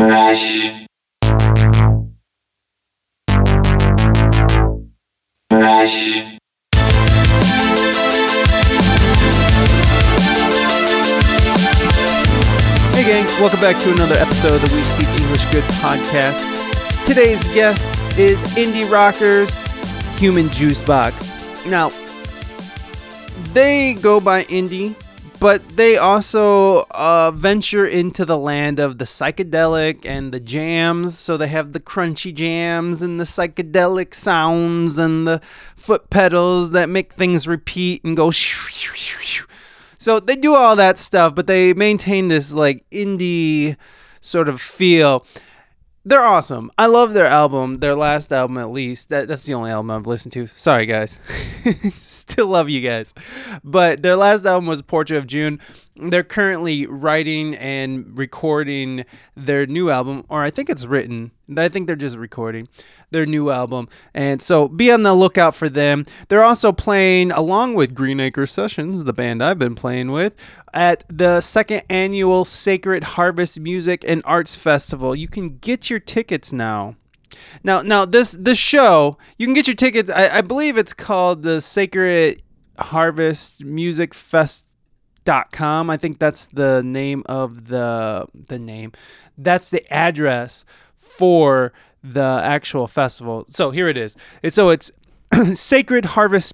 Rush. Rush. Hey, gang, welcome back to another episode of the We Speak English Good podcast. Today's guest is Indie Rockers Human Juice Box. Now, they go by indie, but they also uh, venture into the land of the psychedelic and the jams. So they have the crunchy jams and the psychedelic sounds and the foot pedals that make things repeat and go. So they do all that stuff, but they maintain this like indie sort of feel. They're awesome. I love their album, their last album at least. That, that's the only album I've listened to. Sorry, guys. Still love you guys. But their last album was Portrait of June. They're currently writing and recording their new album, or I think it's written. I think they're just recording their new album. And so be on the lookout for them. They're also playing along with Green Acre Sessions, the band I've been playing with, at the second annual Sacred Harvest Music and Arts Festival. You can get your tickets now. Now, now this this show, you can get your tickets. I, I believe it's called the Sacred Harvest Music Fest dot com. I think that's the name of the the name. That's the address for the actual festival. So here it is. It's so it's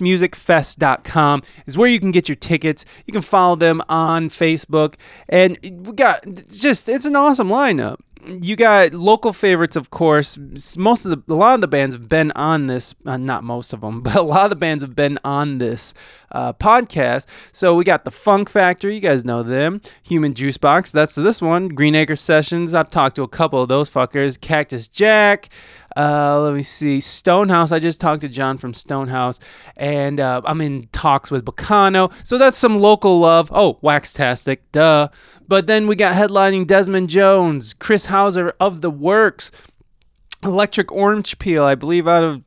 sacredharvestmusicfest.com is where you can get your tickets. You can follow them on Facebook and we got it's just it's an awesome lineup. You got local favorites, of course. S- Most of the, a lot of the bands have been on this, uh, not most of them, but a lot of the bands have been on this uh, podcast. So we got the Funk Factory, you guys know them. Human Juice Box, that's this one. Green Acre Sessions, I've talked to a couple of those fuckers. Cactus Jack, uh, let me see. Stonehouse. I just talked to John from Stonehouse, and uh, I'm in talks with Bacano. So that's some local love. Oh, Waxtastic, duh. But then we got headlining Desmond Jones, Chris Hauser of The Works, Electric Orange Peel, I believe, out of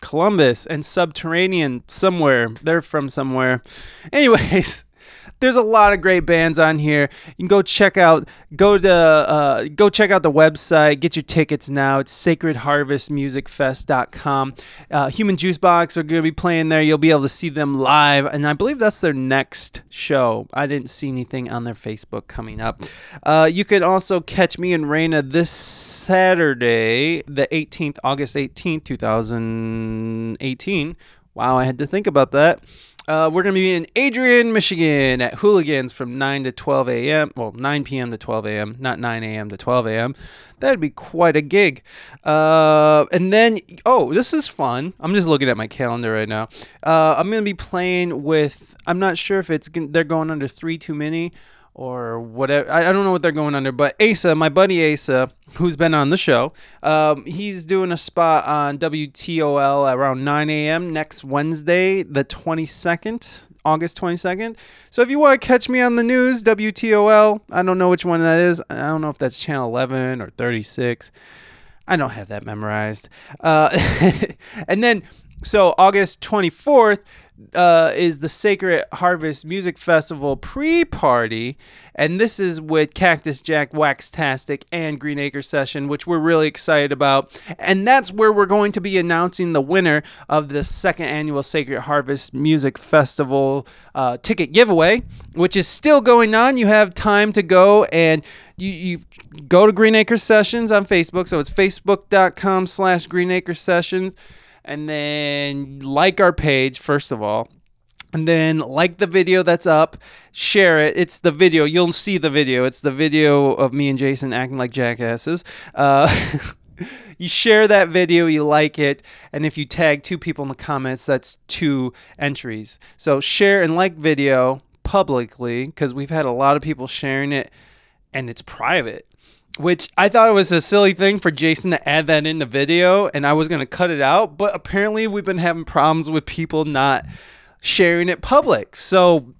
Columbus, and Subterranean somewhere. They're from somewhere. Anyways. There's a lot of great bands on here. You can go check out go to uh, go check out the website. Get your tickets now. It's sacredharvestmusicfest.com. Uh, Human Juice Box are going to be playing there. You'll be able to see them live, and I believe that's their next show. I didn't see anything on their Facebook coming up. Uh, you can also catch me and Raina this Saturday, the 18th, August 18th, 2018. Wow, I had to think about that. Uh, we're going to be in Adrian, Michigan at Hooligans from 9 to 12 a.m. Well, 9 p.m. to 12 a.m., not 9 a.m. to 12 a.m. That'd be quite a gig. Uh, and then, oh, this is fun. I'm just looking at my calendar right now. Uh, I'm going to be playing with, I'm not sure if it's gon- they're going under three too many or whatever. I, I don't know what they're going under, but Asa, my buddy Asa, who's been on the show, um, he's doing a spot on WTOL around 9 a.m. next Wednesday, the 22nd, August 22nd. So if you want to catch me on the news, WTOL, I don't know which one that is. I don't know if that's channel 11 or 36. I don't have that memorized. Uh, and then, so August 24th uh, is the Sacred Harvest Music Festival pre party. And this is with Cactus Jack, Waxtastic, and Green Acre Session, which we're really excited about. And that's where we're going to be announcing the winner of the second annual Sacred Harvest Music Festival uh, ticket giveaway, which is still going on. You have time to go and you, you go to Green Acre Sessions on Facebook. So it's facebook.com slash Green Acre Sessions. And then like our page, first of all. And then like the video that's up, share it. It's the video. You'll see the video. It's the video of me and Jason acting like jackasses. Uh, you share that video, you like it, and if you tag two people in the comments, that's two entries. So share and like video publicly because we've had a lot of people sharing it and it's private. Which I thought it was a silly thing for Jason to add that in the video, and I was gonna cut it out, but apparently we've been having problems with people not sharing it public. So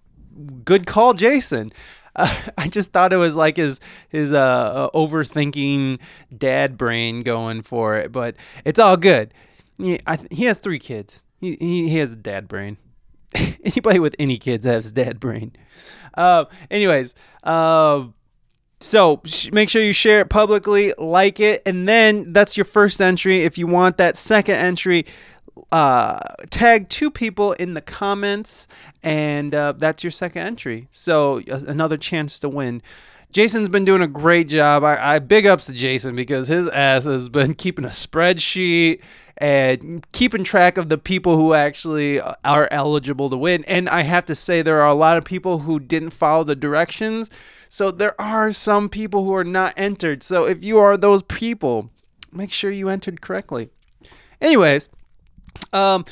good call, Jason. Uh, I just thought it was like his his uh, uh, overthinking dad brain going for it, but it's all good. He, I, th- he has three kids. He, he he has a dad brain. Anybody with any kids has dad brain. Uh, anyways, uh, So sh- make sure you share it publicly, like it, and then that's your first entry. If you want that second entry, uh, tag two people in the comments, and uh, that's your second entry. So a- another chance to win. Jason's been doing a great job. I, I big ups to Jason because his ass has been keeping a spreadsheet and keeping track of the people who actually are eligible to win. And I have to say, there are a lot of people who didn't follow the directions. So there are some people who are not entered. So if you are those people, make sure you entered correctly. Anyways, um,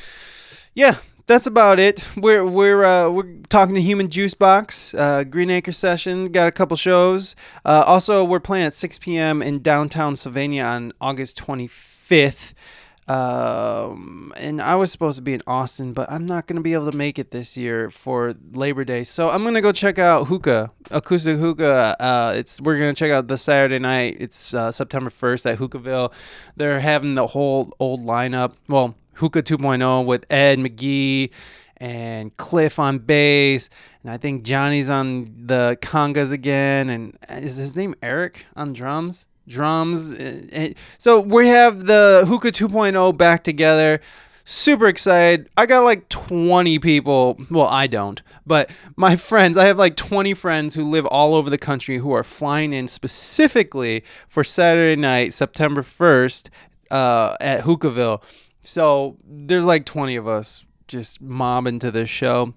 yeah, that's about it. We're we're uh, we're talking to Human Juice Box, uh, Green Acre Session. Got a couple shows. Uh, also, we're playing at 6 p.m. in downtown Sylvania on August 25th. Um, and I was supposed to be in Austin, but I'm not gonna be able to make it this year for Labor Day. So I'm gonna go check out Hookah, Acoustic Hookah. Uh, it's we're gonna check out the Saturday night. It's uh, September 1st at Hookahville. They're having the whole old lineup. Well, Hookah 2.0 with Ed McGee and Cliff on bass, and I think Johnny's on the congas again. And is his name Eric on drums? Drums. and- and- So we have the Hookah 2.0 back together. Super excited. I got like 20 people. Well, I don't, but my friends, I have like 20 friends who live all over the country who are flying in specifically for Saturday night, September 1st, uh, at Hookahville. So there's like 20 of us just mobbing to this show.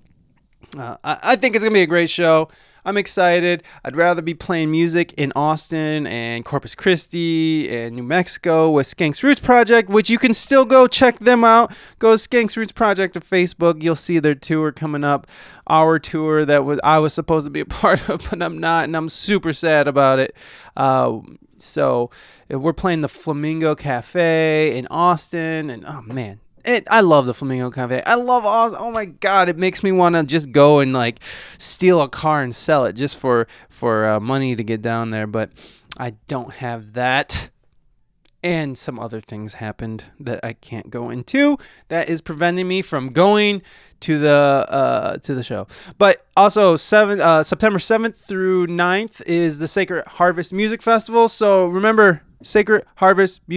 Uh, I, I think it's gonna be a great show. I'm excited. I'd rather be playing music in Austin and Corpus Christi and New Mexico with Skanks Roots Project, which you can still go check them out. Go to Skanks Roots Project on Facebook. You'll see their tour coming up, our tour that was I was supposed to be a part of, but I'm not, and I'm super sad about it. Uh, so uh, we're playing the Flamingo Cafe in Austin, and oh man, it, I love the Flamingo Cafe. I love Oz. Oh my god, it makes me want to just go and like steal a car and sell it just for for uh, money to get down there. But I don't have that, and some other things happened that I can't go into. That is preventing me from going to the uh, to the show. But also, seven uh, September seventh through 9th is the Sacred Harvest Music Festival. So remember,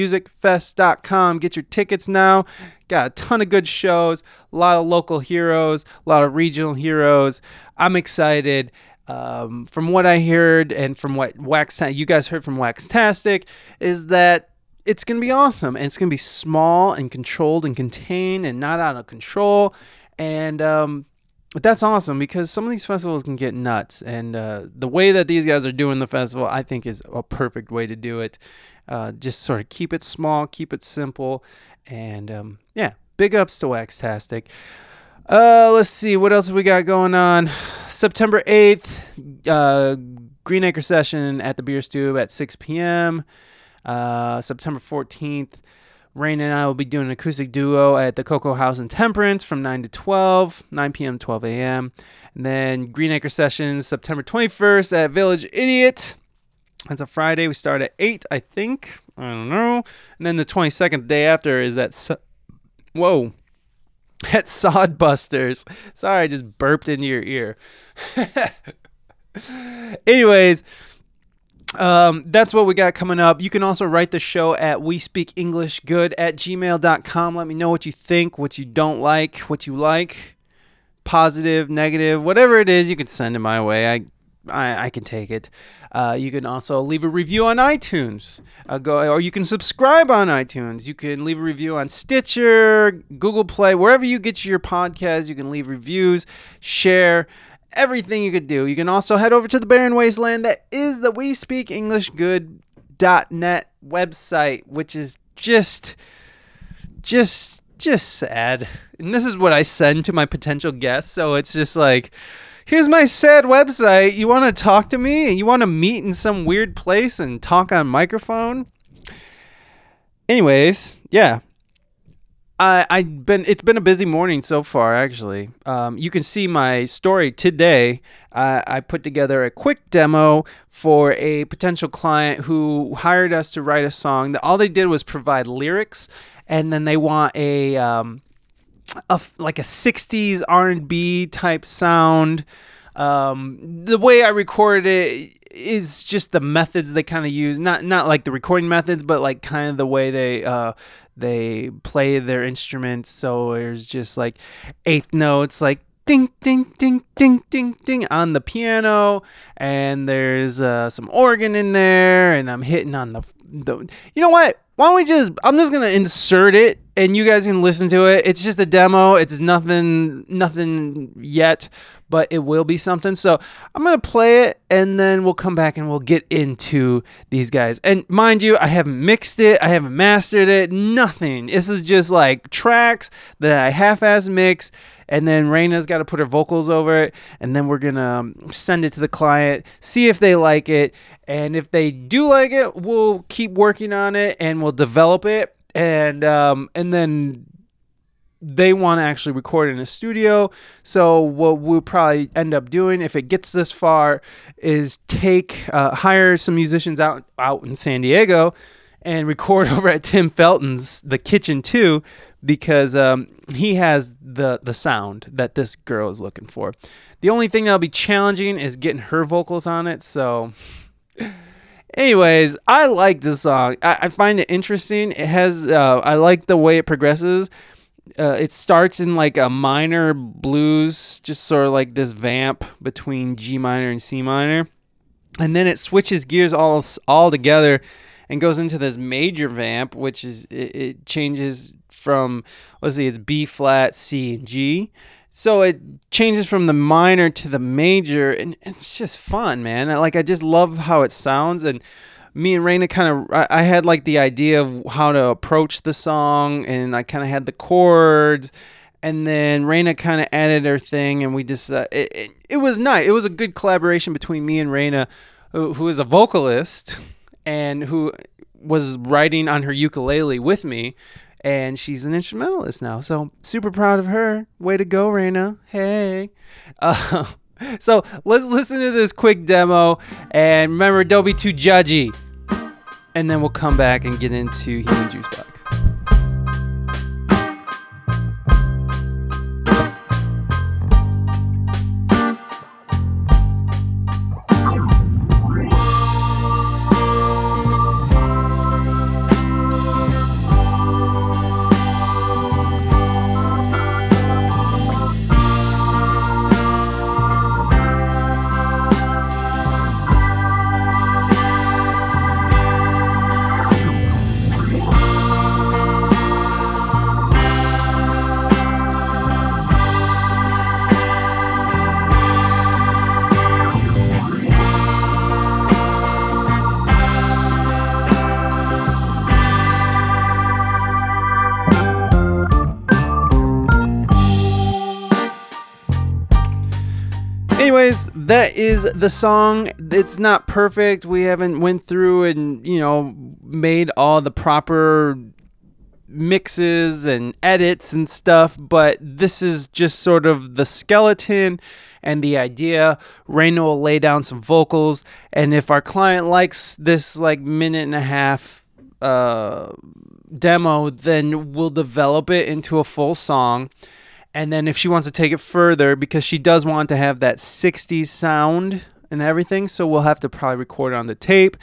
sacredharvestmusicfest.com. Get your tickets now. Got a ton of good shows, a lot of local heroes, a lot of regional heroes. I'm excited. Um, from what I heard and from what Wax, you guys heard from Waxtastic, is that it's going to be awesome and it's going to be small and controlled and contained and not out of control. And um, but that's awesome because some of these festivals can get nuts, and uh, the way that these guys are doing the festival, I think, is a perfect way to do it. Uh, just sort of keep it small, keep it simple, and um, yeah, big ups to Waxtastic. Uh, let's see what else we got going on. September eighth, uh, Green Acre session at the Beer Stube at six p.m. Uh, September fourteenth, Rain and I will be doing an acoustic duo at the Cocoa House in Temperance from 9 to 12, 9 p.m. 12 a.m. And then Green Acre Sessions September 21st at Village Idiot. That's a Friday. We start at 8, I think. I don't know. And then the 22nd day after is at. Su- Whoa. At Sodbusters. Sorry, I just burped into your ear. Anyways, um, that's what we got coming up. You can also write the show at we speak English good at gmail.com. Let me know what you think, what you don't like, what you like, positive, negative, whatever it is, you can send it my way. I I, I can take it. Uh, you can also leave a review on iTunes. Uh, go or you can subscribe on iTunes. You can leave a review on Stitcher, Google Play, wherever you get your podcast. You can leave reviews, share everything you could do. You can also head over to the barren wasteland that is the we speak english good.net website, which is just just just sad. And this is what I send to my potential guests, so it's just like here's my sad website. You want to talk to me and you want to meet in some weird place and talk on microphone? Anyways, yeah, I I've been it's been a busy morning so far actually. Um, you can see my story today. Uh, I put together a quick demo for a potential client who hired us to write a song. That all they did was provide lyrics, and then they want a um, a f like a 60s R&B type sound. Um, the way I recorded it, is just the methods they kind of use. Not not like the recording methods, but like kind of the way they uh, they play their instruments. So there's just like eighth notes, like ding ding ding ding ding ding on the piano, and there's uh, some organ in there, and I'm hitting on the, the. You know what? Why don't we just? I'm just gonna insert it, and you guys can listen to it. It's just a demo. It's nothing nothing yet, but it will be something. So I'm gonna play it, and then we'll come back and we'll get into these guys. And mind you, I haven't mixed it. I haven't mastered it. Nothing. This is just like tracks that I half-ass mix and then Raina's got to put her vocals over it, and then we're gonna um, send it to the client, see if they like it, and if they do like it, we'll keep working on it and we'll develop it, and um, and then they want to actually record in a studio. So what we'll probably end up doing if it gets this far is take uh, hire some musicians out out in San Diego. And record over at Tim Felton's The Kitchen Too, because um, he has the the sound that this girl is looking for. The only thing that'll be challenging is getting her vocals on it. So, anyways, I like this song. I, I find it interesting. It has uh, I like the way it progresses. Uh, it starts in like a minor blues, just sort of like this vamp between G minor and C minor, and then it switches gears all all together and goes into this major vamp, which is it, it changes from let's see, it's B flat, C, and G. So it changes from the minor to the major, and it's just fun, man. Like I just love how it sounds, and me and Raina kind of I, I had like the idea of how to approach the song, and I kind of had the chords. And then Raina kind of added her thing, and we just uh, it, it, it was nice. It was a good collaboration between me and Raina, who, who is a vocalist, and who was writing on her ukulele with me and she's an instrumentalist now. So super proud of her. Way to go, Raina. Hey. Uh, so let's listen to this quick demo, and remember, don't be too judgy. And then we'll come back and get into Human Juice Box. anyways that is the song it's not perfect we haven't went through and you know made all the proper mixes and edits and stuff but this is just sort of the skeleton and the idea Reno will lay down some vocals and if our client likes this like minute and a half uh demo then we'll develop it into a full song and then if she wants to take it further, because she does want to have that 60s sound and everything, so we'll have to probably record it on the tape.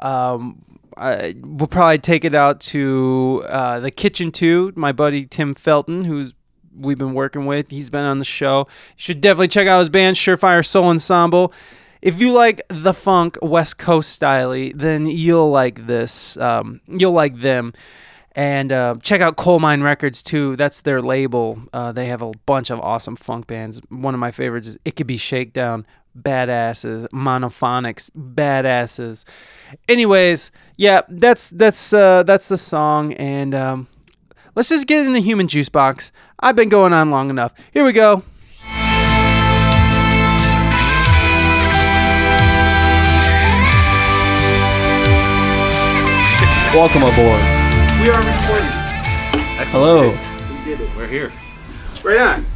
Um, I, we'll probably take it out to uh, the kitchen too. My buddy Tim Felton, who's we've been working with, he's been on the show. You should definitely check out his band, Surefire Soul Ensemble. If you like the funk West Coast style, then you'll like this. Um, you'll like them and uh, check out Coal Mine Records too. That's their label. Uh, they have a bunch of awesome funk bands. One of my favorites is It Could Be Shakedown, badasses. Monophonics, badasses. Anyways, yeah, that's that's uh, that's the song, and um, let's just get in the Human Juice Box. I've been going on long enough. Here we go. Welcome aboard. We are recording. Hello. We're here. Right on.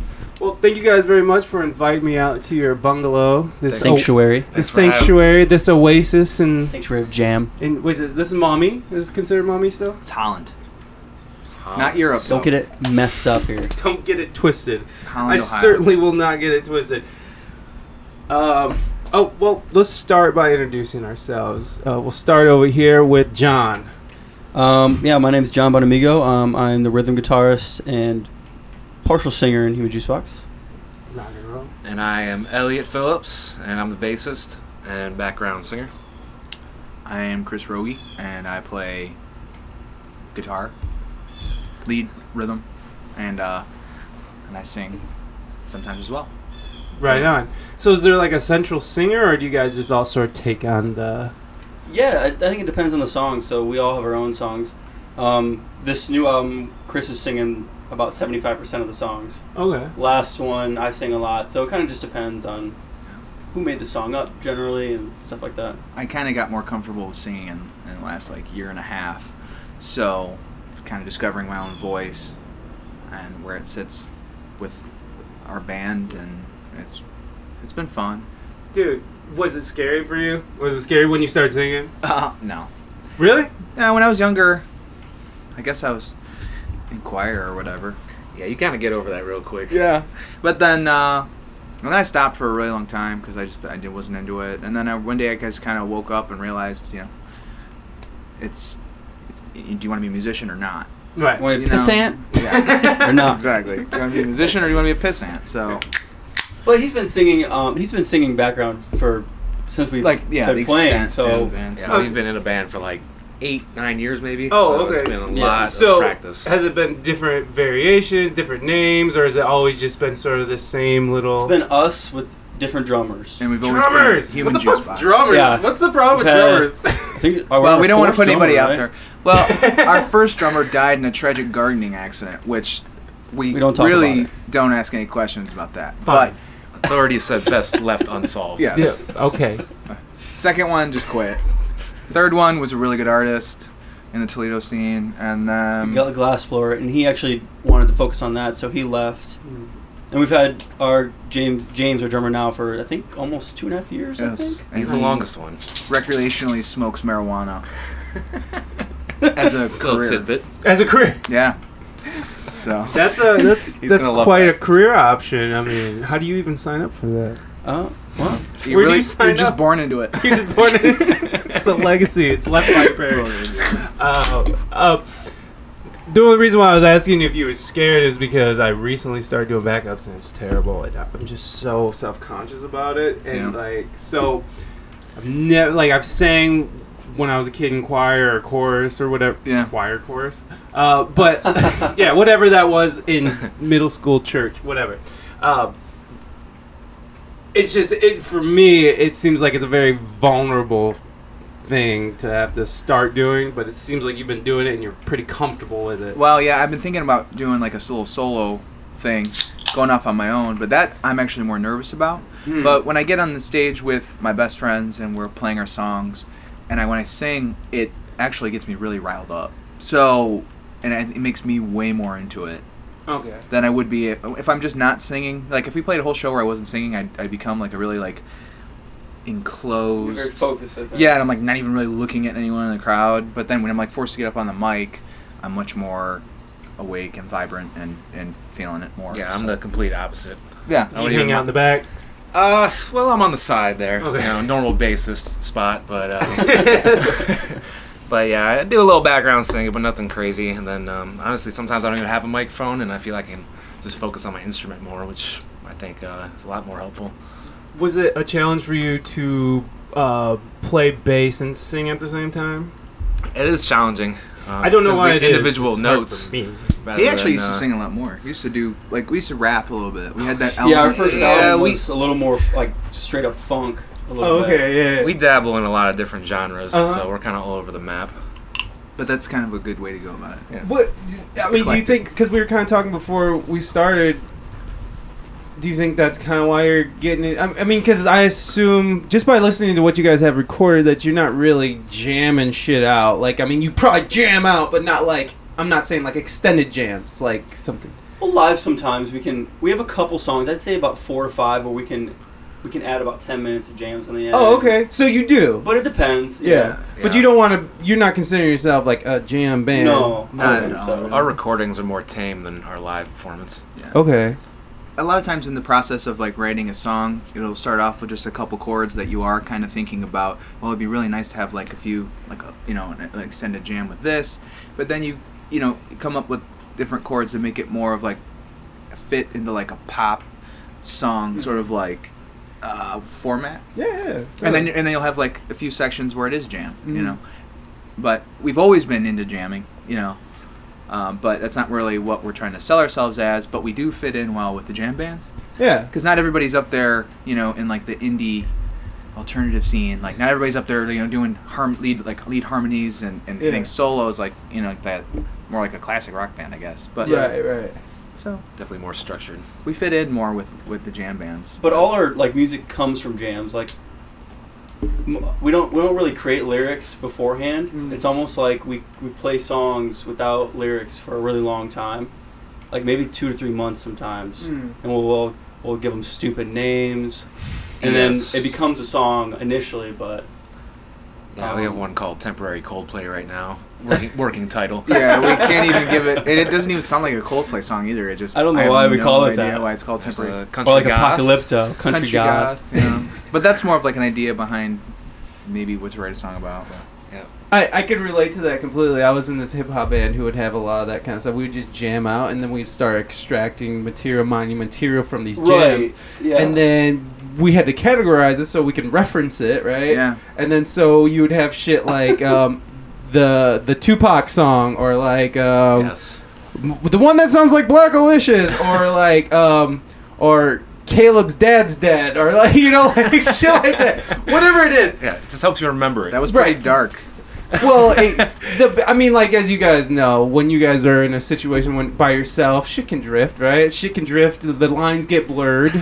Well, thank you guys very much for inviting me out to your bungalow. This Sanctuary. This for having- sanctuary, this oasis, and Sanctuary of Jam. and wait, is this mommy? Is this considered mommy still? It's Holland. Not Europe. Don't get it messed up here. Don't get it twisted. Holland, I certainly will not get it twisted. Um, Oh well, let's start by introducing ourselves. Uh, we'll start over here with John. Um, yeah, my name's John Bonamigo. Um, I'm the rhythm guitarist and partial singer in Human Juice Box. Rock and roll. And I am Elliot Phillips, and I'm the bassist and background singer. I am Chris Rogie, and I play guitar, lead rhythm, and uh, and I sing sometimes as well. Right on. So is there like a central singer, or do you guys just all sort of take on the? Yeah, I, I think it depends on the song. So we all have our own songs. Um, this new album, Chris is singing about 75% of the songs. Okay. Last one, I sing a lot. So it kind of just depends on who made the song up generally and stuff like that. I kind of got more comfortable with singing in, in the last like year and a half, so kind of discovering my own voice and where it sits with our band, and it's it's been fun. Dude, was it scary for you? Was it scary when you started singing? Uh, no, Really? yeah, when I was younger, I guess I was in choir or whatever. Yeah, you kind of get over that real quick. Yeah, but then uh, and then I stopped for a really long time because I just I did, wasn't into it. And then I, one day I just kind of woke up and realized, you know, it's, it's do you want to be a musician or not? Right. Want You to know. pissant Yeah, or not? exactly. Do you want to be a musician or do you want to be a pissant? So But he's been singing. Um, he's been singing background for since we've like yeah, been the playing. extent So of the band, Yeah, so- Okay. he's been in a band for like eight, nine years maybe. Oh, so okay. It's been a Yeah. lot so of uh, practice. has it been different variations, different names, or has it always just been sort of the same little? it's been us with different drummers. and we've always drummers. been human what the juice fuck's box. drummers? Yeah. What's the problem We've had- with I drummers? think, Well, we don't want to put anybody out there. Well, our first drummer died in a tragic gardening accident, which we, We don't talk really about don't ask any questions about that. But Bugs. Authorities said best left unsolved. yes, Yeah. Okay. second one just quit. Third one was a really good artist in the Toledo scene, and then Got a glass blower, and he actually wanted to focus on that, so he left. Hmm. And we've had our James James our drummer now for I think almost two and a half years. I yes, think. and He's the longest one. recreationally smokes marijuana as a Little career. tidbit. As a career, Yeah. So that's a that's He's that's gonna love quite that. a career option. I mean, how do you even sign up for that? Oh, well, you Where do really, you sign are just up? born into it. You're just born. it's a legacy. It's left by your parents. Uh, uh, the only reason why I was asking if you were scared is because I recently started doing backups and it's terrible. And I'm just so self conscious about it. And Yeah. like, so I've never, like, I've sang when I was a kid in choir or chorus or whatever. Yeah. Choir chorus. Uh, but yeah, whatever that was in middle school, church, whatever. Uh, it's just it for me. It seems like it's a very vulnerable thing to have to start doing, but it seems like you've been doing it and you're pretty comfortable with it. Well, yeah, I've been thinking about doing like a little solo thing, going off on my own, but that I'm actually more nervous about. Hmm. But when I get on the stage with my best friends and we're playing our songs, and I when I sing, it actually gets me really riled up. So, and I, it makes me way more into it Okay. than I would be if, if I'm just not singing. Like if we played a whole show where I wasn't singing, I'd, I'd become like a really like you're very enclosed. focused. I think. Yeah, and I'm like not even really looking at anyone in the crowd. But then when I'm like forced to get up on the mic, I'm much more awake and vibrant and and feeling it more. Yeah, I'm so- the complete opposite. yeah. I Do don't you even hang out in the back? Uh, well, I'm on the side there. Okay. You know, normal bassist spot, but uh, but yeah, I do a little background singing, but nothing crazy. And then um, honestly, sometimes I don't even have a microphone, and I feel I can just focus on my instrument more, which I think uh, is a lot more helpful. Was it a challenge for you to uh, play bass and sing at the same time? It is challenging. Um, I don't know 'cause why the it is. individual It's hard notes. for me. rather He actually than, used to uh, sing a lot more. He used to do like we used to rap a little bit. We had that yeah. Our element. first Yeah, album we- was a little more like straight up funk. A little Oh, bit. okay. Yeah. We dabble in a lot of different genres, Uh-huh. so we're kind of all over the map. but that's kind of a good way to go about it. What I mean, do you think? Because we were kind of talking before we started. Do you think that's kind of why you're getting it? I, I mean, because I assume just by listening to what you guys have recorded that you're not really jamming shit out. Like, I mean, you probably jam out, but not like I'm not saying like extended jams, like something. Well, live sometimes we can. We have a couple songs. I'd say about four or five where we can, we can add about ten minutes of jams on the end. Oh, okay. So you do, But it depends. yeah. But Yeah. you don't want to. You're not considering yourself like a jam band. No, I Not don't think at so. all. Our recordings are more tame than our live performance. Okay. a lot of times in the process of like writing a song, it'll start off with just a couple chords that you are kind of thinking about. Well, it'd be really nice to have like a few, like a, you know, an- like send a jam with this, but then you you know come up with different chords that make it more of like fit into like a pop song sort of like uh, format Yeah. and then and then you'll have like a few sections where it is jam, you Mhm. know. But we've always been into jamming, you know. Um, but that's not really what we're trying to sell ourselves as. But we do fit in well with the jam bands yeah. because not everybody's up there, you know, in like the indie alternative scene. Like not everybody's up there, you know, doing harm lead like lead harmonies and and Yeah. hitting solos like you know like that more like a classic rock band, I guess. But Right, right. so Definitely more structured. we fit in more with with the jam bands. But all our like music comes from jams. Like m- we don't we don't really create lyrics beforehand. Mm. It's almost like we we play songs without lyrics for a really long time, like maybe two to three months sometimes, and we'll, we'll we'll give them stupid names, and Yes. then it becomes a song initially. But Yeah, we have one called Temporary Coldplay right now. Working, working title. Yeah, we can't even give it, and it doesn't even sound like a Coldplay song either. It just I don't know have why we no call it idea that. Why it's called There's temporary a country or like goth. apocalypto, country, god. goth, yeah. but that's more of like an idea behind maybe what to write a song about. I, I could relate to that completely. I was in this hip hop band who would have a lot of that kind of stuff. We would just jam out, and then we'd start extracting material, mining material from these jams, Right. Yeah. and then we had to categorize it so we can reference it, right? Yeah, And then so you would have shit like um, the the Tupac song, or like um, Yes. m- the one that sounds like Black Alicious, or like um, or Caleb's dad's dad, or like you know, like shit like that. Whatever it is, Yeah, it just helps you remember it. that was pretty Right. dark. well, it, the, I mean, like as you guys know, when you guys are in a situation when by yourself, shit can drift, right? Shit can drift. The lines get blurred.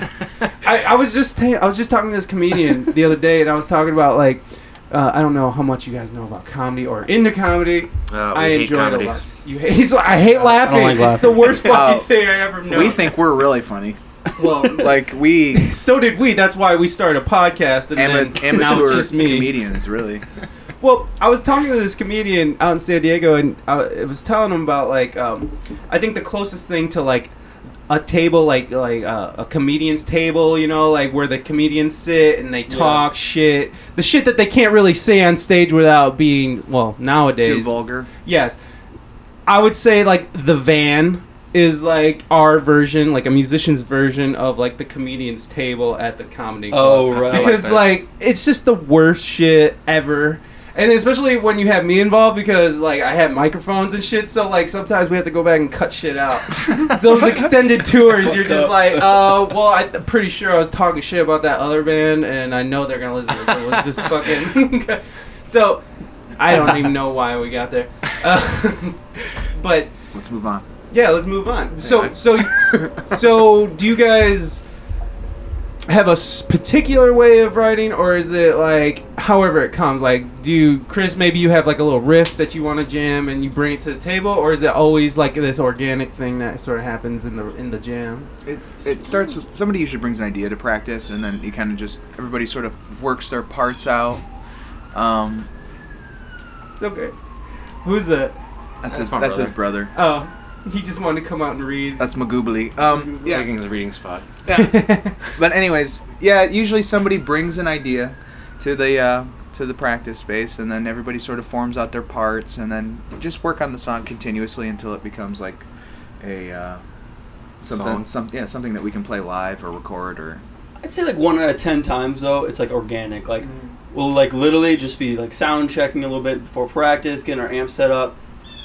I, I was just ta- I was just talking to this comedian the other day, and I was talking about like uh, I don't know how much you guys know about comedy or into comedy. Uh, we I hate enjoy comedy. it a lot. You hate, he's like, I hate laughing. like It's the laughing. worst fucking Oh. thing I ever know. We think we're really funny. well. Like we So did we. That's why we started a podcast, and ama- then now it's amateur just me. comedians, really. Well, I was talking to this comedian out in San Diego, and I I was telling him about like um, I think the closest thing to like a table, like like uh, a comedian's table, you know, like where the comedians sit and they talk shit, the shit that they can't really say on stage without being well Too nowadays. vulgar. Yes, I would say like the van is like our version, like a musician's version of like the comedian's table at the comedy. club oh right. because that. like it's just the worst shit ever and especially when you have me involved because like i have microphones and shit so like sometimes we have to go back and cut shit out so those extended tours you're just like uh well i'm pretty sure i was talking shit about that other band and i know they're gonna listen to it so let's just fucking so i don't even know why we got there uh, but Let's move on. yeah, let's move on. So, so, so, do you guys have a s- particular way of writing, or is it like however it comes? Like, do you, Chris, maybe you have like a little riff that you want to jam and you bring it to the table, or is it always like this organic thing that sort of happens in the in the jam? It, it starts with somebody usually brings an idea to practice, and then you kind of just everybody sort of works their parts out. Um, It's okay. Who's that? that's That's his, my that's his brother. brother. Oh, he just wanted to come out and read. That's Magubali. Um, Yeah. yeah, Taking the reading spot. yeah. but anyways, yeah. Usually somebody brings an idea to the uh, to the practice space, and then everybody sort of forms out their parts, and then just work on the song continuously until it becomes like a uh, something, Song? some yeah, something that we can play live or record or I'd say like one out of ten times though, it's like organic. Like we'll like literally just be like sound checking a little bit before practice, getting our amp set up,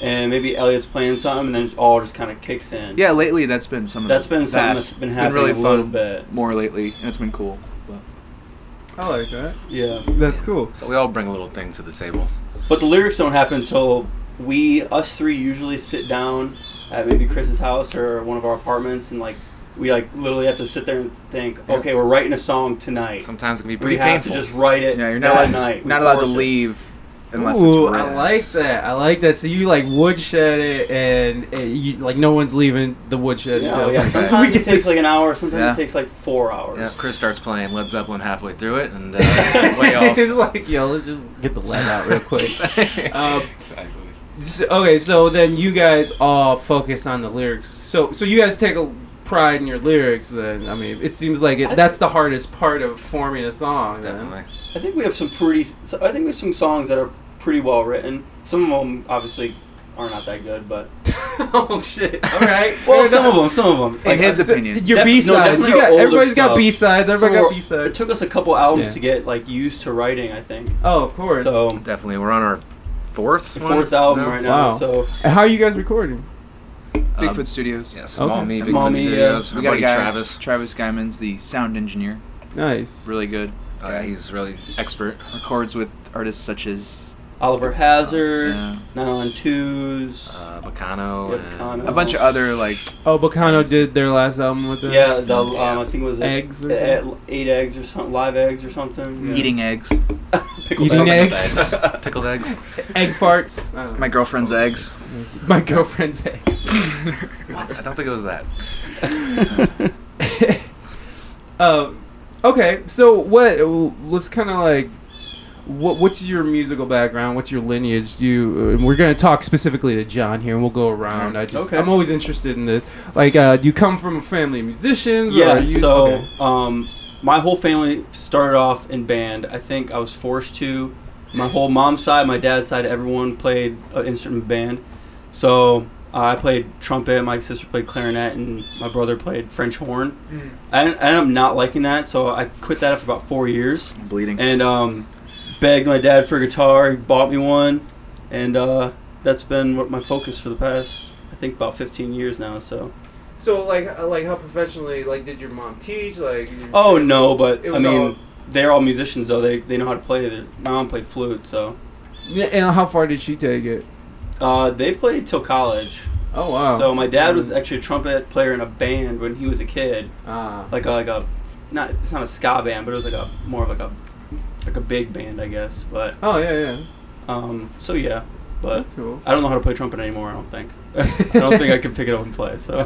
and maybe Elliot's playing something, and then it all just kind of kicks in. yeah. Lately, that's been some of that's the been something that's that's been happening really a little fun. bit. more lately, and it's been cool. But. I like that. Yeah, That's cool. So we all bring a little thing to the table. but the lyrics don't happen until we us three usually sit down at maybe Chris's house or one of our apartments, and like we like literally have to sit there and think, okay, we're writing a song tonight. Sometimes it can be pretty we have painful. to just write it Yeah, you're not that allowed, night. We not allowed to force it. leave unless Ooh, it's I written. like that. I like that. So you like woodshed it, and it, you, like no one's leaving the woodshed. Yeah, until- yeah. okay. We Sometimes it get takes this- like an hour. Sometimes Yeah. it takes like four hours. Yeah, Chris starts playing Led Zeppelin halfway through it, and uh, way off. it's like, yo, let's just get the lead out real quick. Um, Exactly. S okay, so then you guys all focus on the lyrics. So so you guys take a pride in your lyrics, then I mean, it seems like it, that's the hardest part of forming a song. then. Definitely. I think we have some pretty. So I think we have some songs that are pretty well written. Some of them obviously are not that good, but oh shit! All right. well, fair some enough. of them, some of them. In his opinion. Your Def- no, B sides. definitely you got, older everybody's got stuff. B sides. Everybody got B it sides. took us a couple albums Yeah. to get like used to writing. I think. Oh, of course. So Definitely. We're on our fourth. the one? fourth album No? right now. Wow. So And how are you guys recording? Uh, Um, Bigfoot Studios. Yeah, small Okay. me, Bigfoot Small Me, yeah. Studios. We Our got a buddy guy, Travis. Travis Guyman's the sound engineer. Nice. Really good. Uh, he's really expert. Records with artists such as Oliver Hazard, Yeah. Nylon Twos. Uh, Bacano. Yeah, and- Bacano. a bunch of other like Oh, Bacano did their last album with them. yeah, the yeah. um, I think it was Eggs or e- eight eggs or something, live eggs or something. eating eggs. Pickled Eating eggs. eggs. Pickled eggs. Egg farts. I don't know. My girlfriend's eggs. My girlfriend's eggs. I don't think it was that. um, okay, so what? Let's kind of like, what? What's your musical background? What's your lineage? Do you? and we're gonna talk specifically to John here, and we'll go around. I just, Mm-hmm. Okay. I'm always interested in this. Like, uh, do you come from a family of musicians? or Yeah, are you, so okay. um, my whole family started off in band. I think I was forced to. My whole mom's side, my dad's side, everyone played an instrument in band. So uh, I played trumpet, my sister played clarinet, and my brother played French horn. Mm. I, en- I ended up not liking that, so I quit that after about four years I'm bleeding. and um, begged my dad for a guitar. He bought me one, and uh, that's been what my focus for the past, I think, about 15 years now. So. so like, uh, like how professionally? Like, did your mom teach? Like, you- Oh no, but It I was mean, all- they're all musicians though. They they know how to play. Their- My mom played flute, so Yeah, and how far did she take it? uh, they played till college. Oh wow. So my dad was Mm. actually a trumpet player in a band when he was a kid, Ah. like a, like a not it's not a ska band, but it was like a more of like a like a big band, I guess. But Oh yeah, yeah. um, so yeah, but. That's cool. I don't know how to play trumpet anymore. I don't think. I don't think I can pick it up and play. So,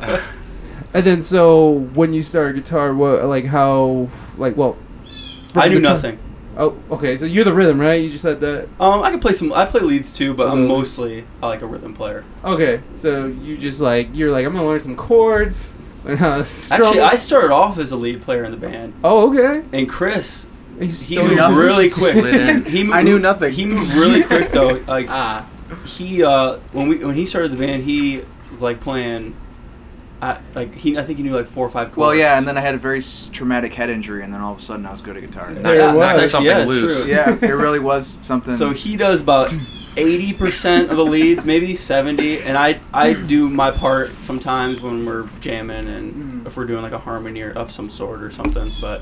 And then, so when you started guitar, what like how like well? I from do the ti- nothing. Oh, okay. So you're the rhythm, right? You just said that. Um, I can play some. I play leads too, but I'm Uh, mostly uh, like a rhythm player. Okay, so you just like you're like I'm gonna learn some chords, learn how to strum. Actually, I started off as a lead player in the band, Oh, okay. and Chris He's He still moved young. really quick. Slid in. He moved, I knew nothing. He moved really quick though. Like Ah, he uh, when we when he started the band, he was like playing. I, like he, I think he knew like four or five chords. well, yeah, and then I had a very s- traumatic head injury, and then all of a sudden I was good at guitar. There it was. actually- Something yeah, loose. true. yeah, it really was something. So he does about eighty percent of the leads, maybe seventy, and I I do my part sometimes when we're jamming and Hmm. Mm. if we're doing like a harmony or of some sort or something. But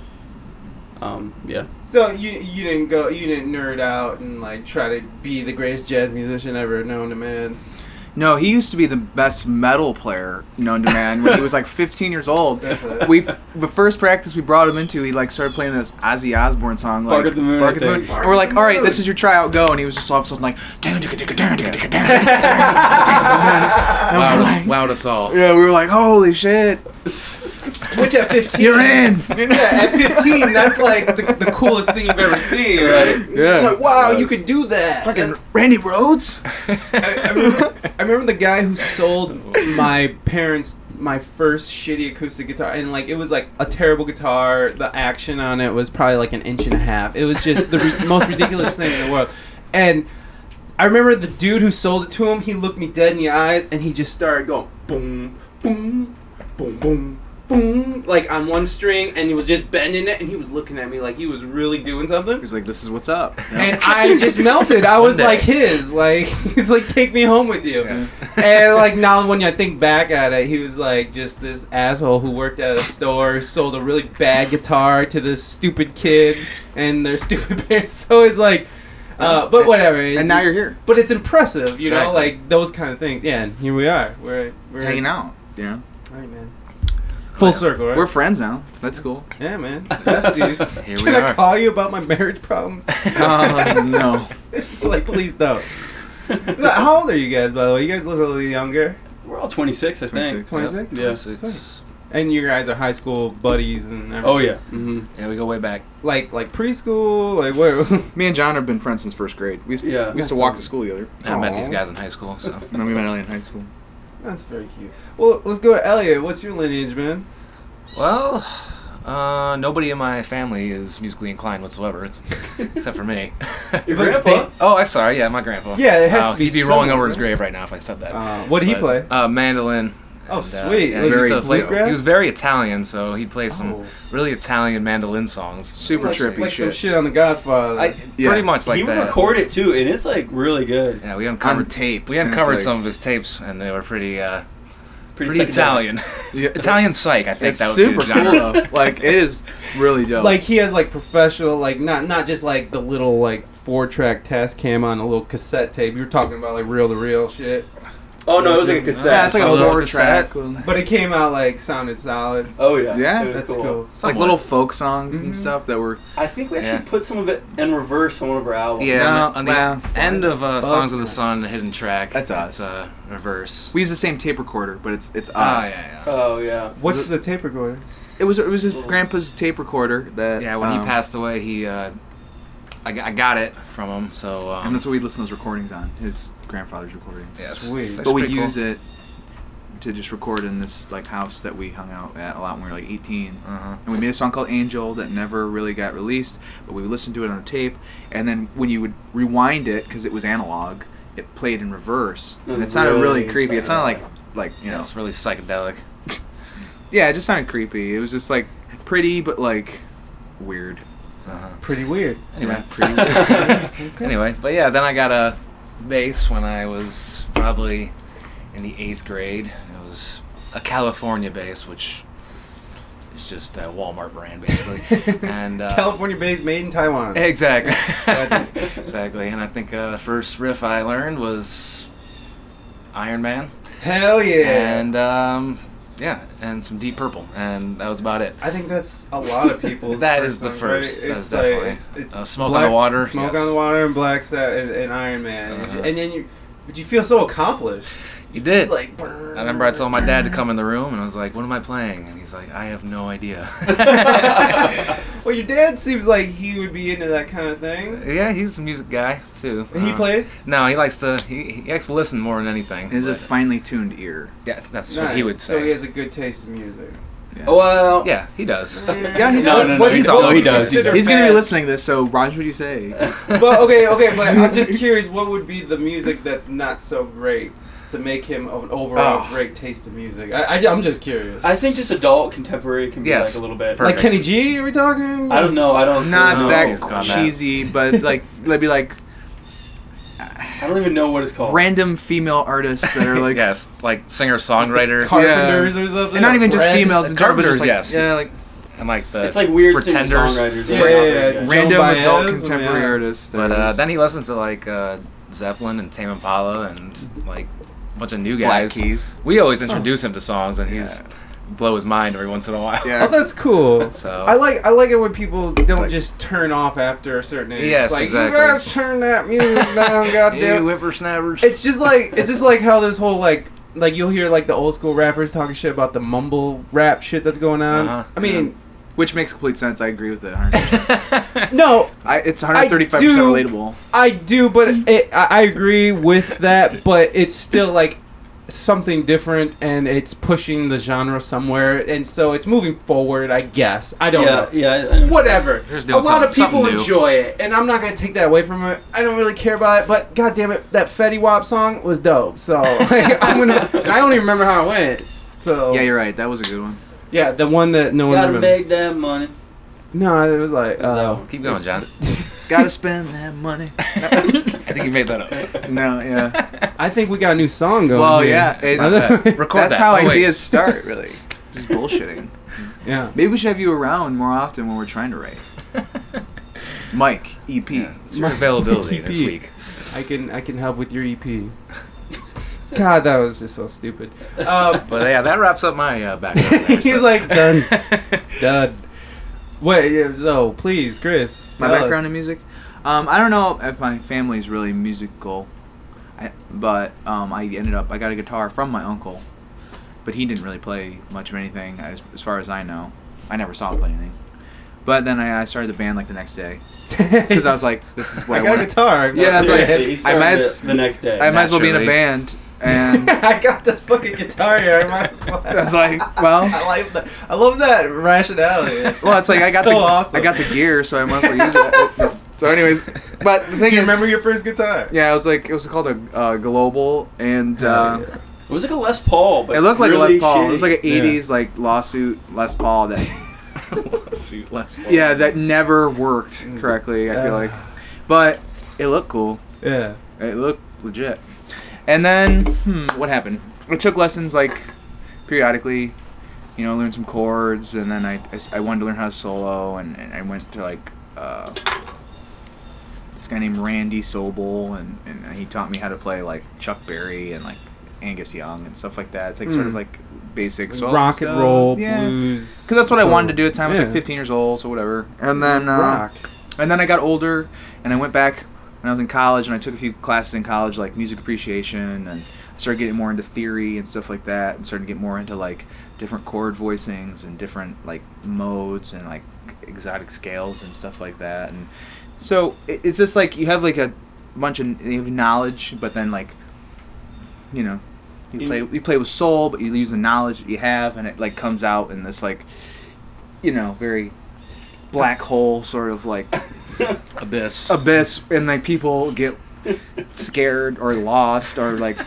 um, yeah, so you you didn't go you didn't nerd out and like try to be the greatest jazz musician ever known to man. No, he used to be the best metal player known to man when he was like 15 years old. That's it. We the first practice we brought him into, he like started playing this Ozzy Osbourne song, like Bark at the Moon, I think. And we're like, all right, this is your tryout, go. And he was just all of a sudden like, "Dun, dun, dun, dun, dun, dun, dun, dun." And Wowed we're us, like- wowed us all. yeah, we were like, holy shit, Which at 15 you're in. yeah, at 15, that's like the, the coolest thing you've ever seen, right? Yeah. It's like, wow, you could do that. Fucking Randy Rhodes. I, I remember, I remember the guy who sold my parents my first shitty acoustic guitar, and like it was like a terrible guitar. The action on it was probably like an inch and a half. It was just the re- most ridiculous thing in the world. And I remember the dude who sold it to him. He looked me dead in the eyes, and he just started going boom, boom, boom, boom. Boom, like on one string, and he was just bending it, and he was looking at me like he was really doing something. He's like, this is what's up. And I just melted. I was Someday. like his. Like he's like, take me home with you. Yes. And like now when I think back at it, he was like just this asshole who worked at a store, sold a really bad guitar to this stupid kid and their stupid parents. So it's like uh, but whatever. and now you're here, but it's impressive, you know, Exactly. like those kind of things. Yeah, and here we are. We're we're hanging out. You know, All right, man. Full circle, right? we're friends now. That's cool. yeah, man. Besties. Here Can we I are. call you about my marriage problems? Oh, Uh, no. It's like, please don't. How old are you guys, by the way? You guys look a little younger. we're all 26, I think. 26. 26? Yeah. Six. And you guys are high school buddies and everything. Oh yeah. hmm Yeah, we go way back. Like, like preschool? Like, where? Me and John have been friends since first grade. We used to, Yeah. we used to walk to school together, I met Aw. these guys in high school, so and then we met Ellie in high school. That's very cute. Well, let's go to Elliot. What's your lineage, man? Well, uh, nobody in my family is musically inclined whatsoever, ex- except for me. Your grandpa? oh, I'm sorry. Yeah, my grandpa. Yeah, it has Wow, to be He'd be rolling someone, over his right? grave right now if I said that. Uh, what did he But, play? Uh, mandolin. Oh, And, uh, sweet. yeah, Was this he, very, the bluegrass? he was very Italian, so he'd play some Oh. really Italian mandolin songs. Super Like- trippy like some shit. shit on The Godfather. I, Yeah. Pretty much like he would that. record it too, and it's like really good. Yeah, we uncovered on tape. We and it's uncovered like- some of his tapes, and they were pretty, uh, pretty, psychedelic. Italian. Yeah. Italian psych, I think It's that would super be the genre. cool. though. Like it is really dope. like he has like professional, like not not just like the little like four track test cam on a little cassette tape. You're talking about like reel to reel shit. Oh no, it was like a cassette. yeah, it's like Some a little four cassette. track. But it came out like sounded solid. oh yeah, Yeah, it was That's cool. cool. It's like Somewhat. little folk songs and Mhm. stuff that were I think we actually Yeah. put some of it in reverse on one of our albums. Yeah, No, on the well, end of uh, Songs of no. the Sun, a hidden track. That's us. it's, uh, reverse. we use the same tape recorder, but it's it's us. Ah, yeah, yeah. Oh yeah. What's the tape recorder? It was it was his Little- grandpa's tape recorder that Yeah, when um, he passed away, he, uh, I, g- I got it from him, so. Um, and that's what we listen to those recordings on his grandfather's recordings. yes. Sweet. It's but we pretty cool. use it to just record in this like house that we hung out at a lot when we were like 18 Uh-huh. and we made a song called angel that never really got released but we listened to it on tape and then when you would rewind it because it was analog it played in reverse It was and it sounded really, really creepy it sounded like exciting. like you Yeah, know it's really psychedelic. yeah it just sounded creepy it was just like pretty but like weird Uh-huh. Pretty weird. Anyway, Yeah, pretty Okay. Anyway, but yeah, then I got a bass when I was probably in the eighth grade. It was a California bass, which is just a Walmart brand, basically. and uh, California based, made in Taiwan. Exactly. Gotcha. exactly. And I think uh, the first riff I learned was Iron Man. Hell yeah. And um, yeah, and some Deep Purple, and that was about it. I think that's a lot of people's. That first is the song, first. right? That's It's like- definitely it's- it's uh, smoke on Black- the water. Smoke yes. on the water and Black Sabbath and, and Iron Man, And you- Uh-huh. and then you, but you feel so accomplished. You It's did. like, I remember I told my dad to come in the room, and I was like, "What am I playing?" And he's like, "I have no idea." well, your dad seems like he would be into that kind of thing. yeah, he's a music guy too. And he Uh, plays. No, he likes to. He, he likes to listen more than anything. it is a but- finely tuned ear yeah, that's what he Nice. would So he say. has a good taste in music. yeah. Oh, Well. yeah, he does. yeah, he No, does. no, no, What's- he's what all- would no, you he does, he consider does. he's gonna be bad? listening to this so raj what do you say Well, okay, okay, but I'm just curious. What would be the music that's not so great to make him an overall Oh. great taste in music? I, I, am just curious. Ah. I think just adult contemporary can be Yes. like a little bit. like Perfect. Kenny G. Are we talking? I don't know. I don't. not really know. he's gone that now. cheesy, but like they'd be like I don't even know what it's called. random female artists that are like, yes, like singer songwriter Carpenters or something. and not or even just Bread? females, in general, but just, Carpenters, like, yes. yeah, like and like the It's like weird singer pretenders. songwriters. Yeah, They're not yeah, very yeah. good. Joan random Baez, adult contemporary yeah. artists. But that uh, are then he listens to like uh, Zeppelin and Tame Impala and like a bunch of new Black guys. Keys. We always introduce him to songs, and he's Yeah. blow his mind every once in a while. Yeah. Oh, that's cool. So I like I like it when people don't like- just turn off after a certain age. Yes, It's like, exactly. You guys turn that music down, you goddamn. whippersnappers. It's just like it's just like how this whole like like you'll hear like the old school rappers talking shit about the mumble rap shit that's going on. Uh-huh. I mean, which makes complete sense. I agree with it. 100%. no, I, it's 135 do- percent relatable. I do, but it, I I agree with that. But it's still like something different, and it's pushing the genre somewhere, and so it's moving forward. I guess I don't know. Yeah, yeah. I- I know. whatever. Here's A doing lot of something- people something new. enjoy it, and I'm not gonna take that away from it. I don't really care about it, but god damn it, that Fetty Wap song was dope. So like, I'm gonna. And I don't even remember how it went. So Yeah, you're right. That was a good one. yeah, the one that no one Gotta remembers. make that money. No, it was like Is that uh, one? Keep going, John. Gotta spend that money. I think you made that up. no, yeah. I think we got a new song going. Well, here. yeah. It's, Record that's that. how Oh, wait. ideas start, really. Just bullshitting. yeah. Maybe we should have you around more often when we're trying to write. Mike, E EP. Yeah, it's your My- availability this EP. week. I can I can help with your EP. God, that was just so stupid. Uh, But yeah, that wraps up my uh, background. there, he was so- like done, done. Wait, yeah, so please, Chris. my tell us. background in music. Um, I don't know if my family's really musical, I, but um, I ended up I got a guitar from my uncle, but he didn't really play much of anything as, as far as I know. I never saw him play anything. But then I, I started the band like the next day because I was like, this is what I I, got a want. guitar. Yeah, that's what I Seriously, had- he I might started as- it the next day. I might as well be in a naturally. band. and I got this fucking guitar here. I might as well. It's like, well, I like that. I love that rationality. well, it's like I got so the awesome. I got the gear, so I might as well use it. so, anyways, but the Do thing you is, remember your first guitar? yeah, it was like it was called a uh, global, and uh, It was like a Les Paul, but it looked like really a Les Paul. shitty. It was like an Yeah. '80s like lawsuit Les Paul that Suit less. yeah that never worked Mm. correctly. I feel like, but it looked cool. Yeah. It looked legit. And then, hmm, what happened? I took lessons like periodically, you know, learned some chords, and then I, I s- I wanted to learn how to solo, and, and I went to like uh, this guy named Randy Sobel, and, and he taught me how to play like Chuck Berry and like Angus Young and stuff like that. It's like sort of Mm. like basic solo Hmm. Rock and stuff. roll, yeah. blues. Because that's what I wanted to do at the time. I was Yeah. like 15 years old, so whatever. And then uh, Rock. and then I got older, and I went back when I was in college, and I took a few classes in college, like music appreciation, and I started getting more into theory and stuff like that, and started to get more into like different chord voicings and different like modes and like exotic scales and stuff like that. And so it- it's just like you have like a bunch of you have knowledge, but then like you know. You You- play, you play with soul, but you use the knowledge that you have, and it like comes out in this like, you know, very black hole sort of like Abyss. abyss and like people get scared or lost or like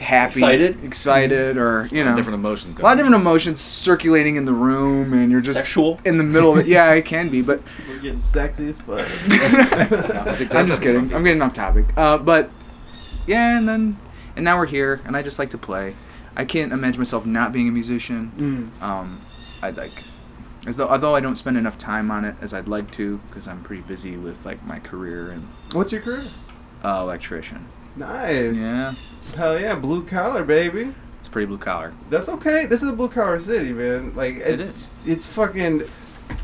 happy Excited? excited or you know Different emotions. a lot of different emotions circulating in the room and you're just sexual. in the middle of it yeah it can be but We're getting sexy as fuck. i'm just kidding i'm getting off topic uh, but yeah and then and now we're here and i just like to play i can't imagine myself not being a musician Mm. um, I'd like, as though although I don't spend enough time on it as I'd like to, because I'm pretty busy with like my career and What's your career? uh, electrician. Nice. Yeah, Hell yeah, blue collar, baby. it's pretty blue collar. That's okay. This is a blue collar city, man. Like It it's- is. It's fucking.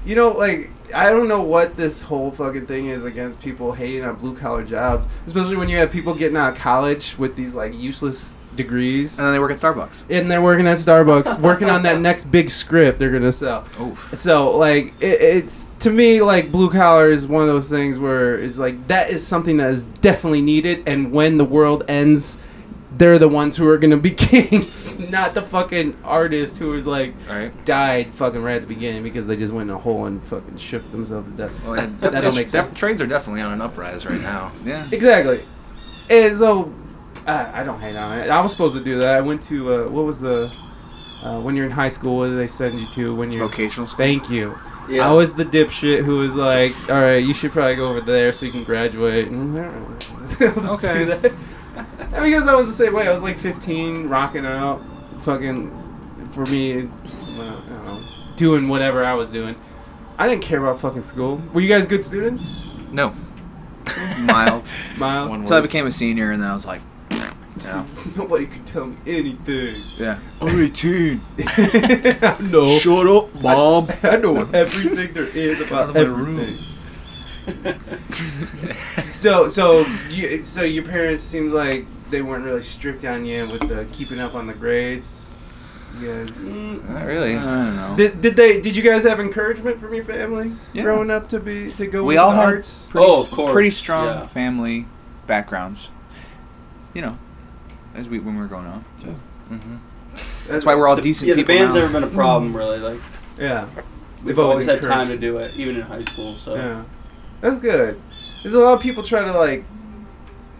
You know, like I don't know what this whole fucking thing is against people hating on blue collar jobs, especially when you have people getting out of college with these like useless degrees. And then they work at Starbucks. and they're working at Starbucks, working on that next big script they're gonna sell. Oof. So like, it, it's to me like blue collar is one of those things where it's like that is something that is definitely needed, and when the world ends, they're the ones who are gonna be kings, not the fucking artist who is like All right. died fucking right at the beginning because they just went in a hole and fucking shook themselves to death. Well, yeah, That definitely- don't make sense. def- Trades are definitely on an uprise right now. Yeah. Exactly. And so, I, I don't hate on it. I was supposed to do that. I went to uh, what was the uh, when you're in high school? What do they send you to when you're? Vocational school. Thank you. Yeah. I was the dipshit who was like, "All right, you should probably go over there so you can graduate." And I was like, "All right." I'll just Okay. do that. And because I was the same way. I was like 15, rocking out, fucking, for me, well, I don't know, doing whatever I was doing. I didn't care about fucking school. Were you guys good students? No. Mild. Miles. One So I word. became a senior, and then I was like, yeah, Nobody could tell me anything. yeah. I'm 18. no. Shut up, mom. I know everything there is about Out of my room. everything. Mm, so, so, you, so your parents seemed like they weren't really strict on you with the keeping up on the grades. You guys, Mm, Not I Uh, really. don't know. did, did they? Did you guys have encouragement from your family Yeah. growing up to be to go? we into all the had arts? pretty, Oh, of course, pretty strong yeah. family backgrounds. You know, as we when we were growing up. So. Mhm. That's why we're all the- decent. Yeah, the people band's now. Mm-hmm. never been a problem really. Like Yeah, we've always had time to encouraged. do it, even in high school. So Yeah, that's good. There's a lot of people try to like,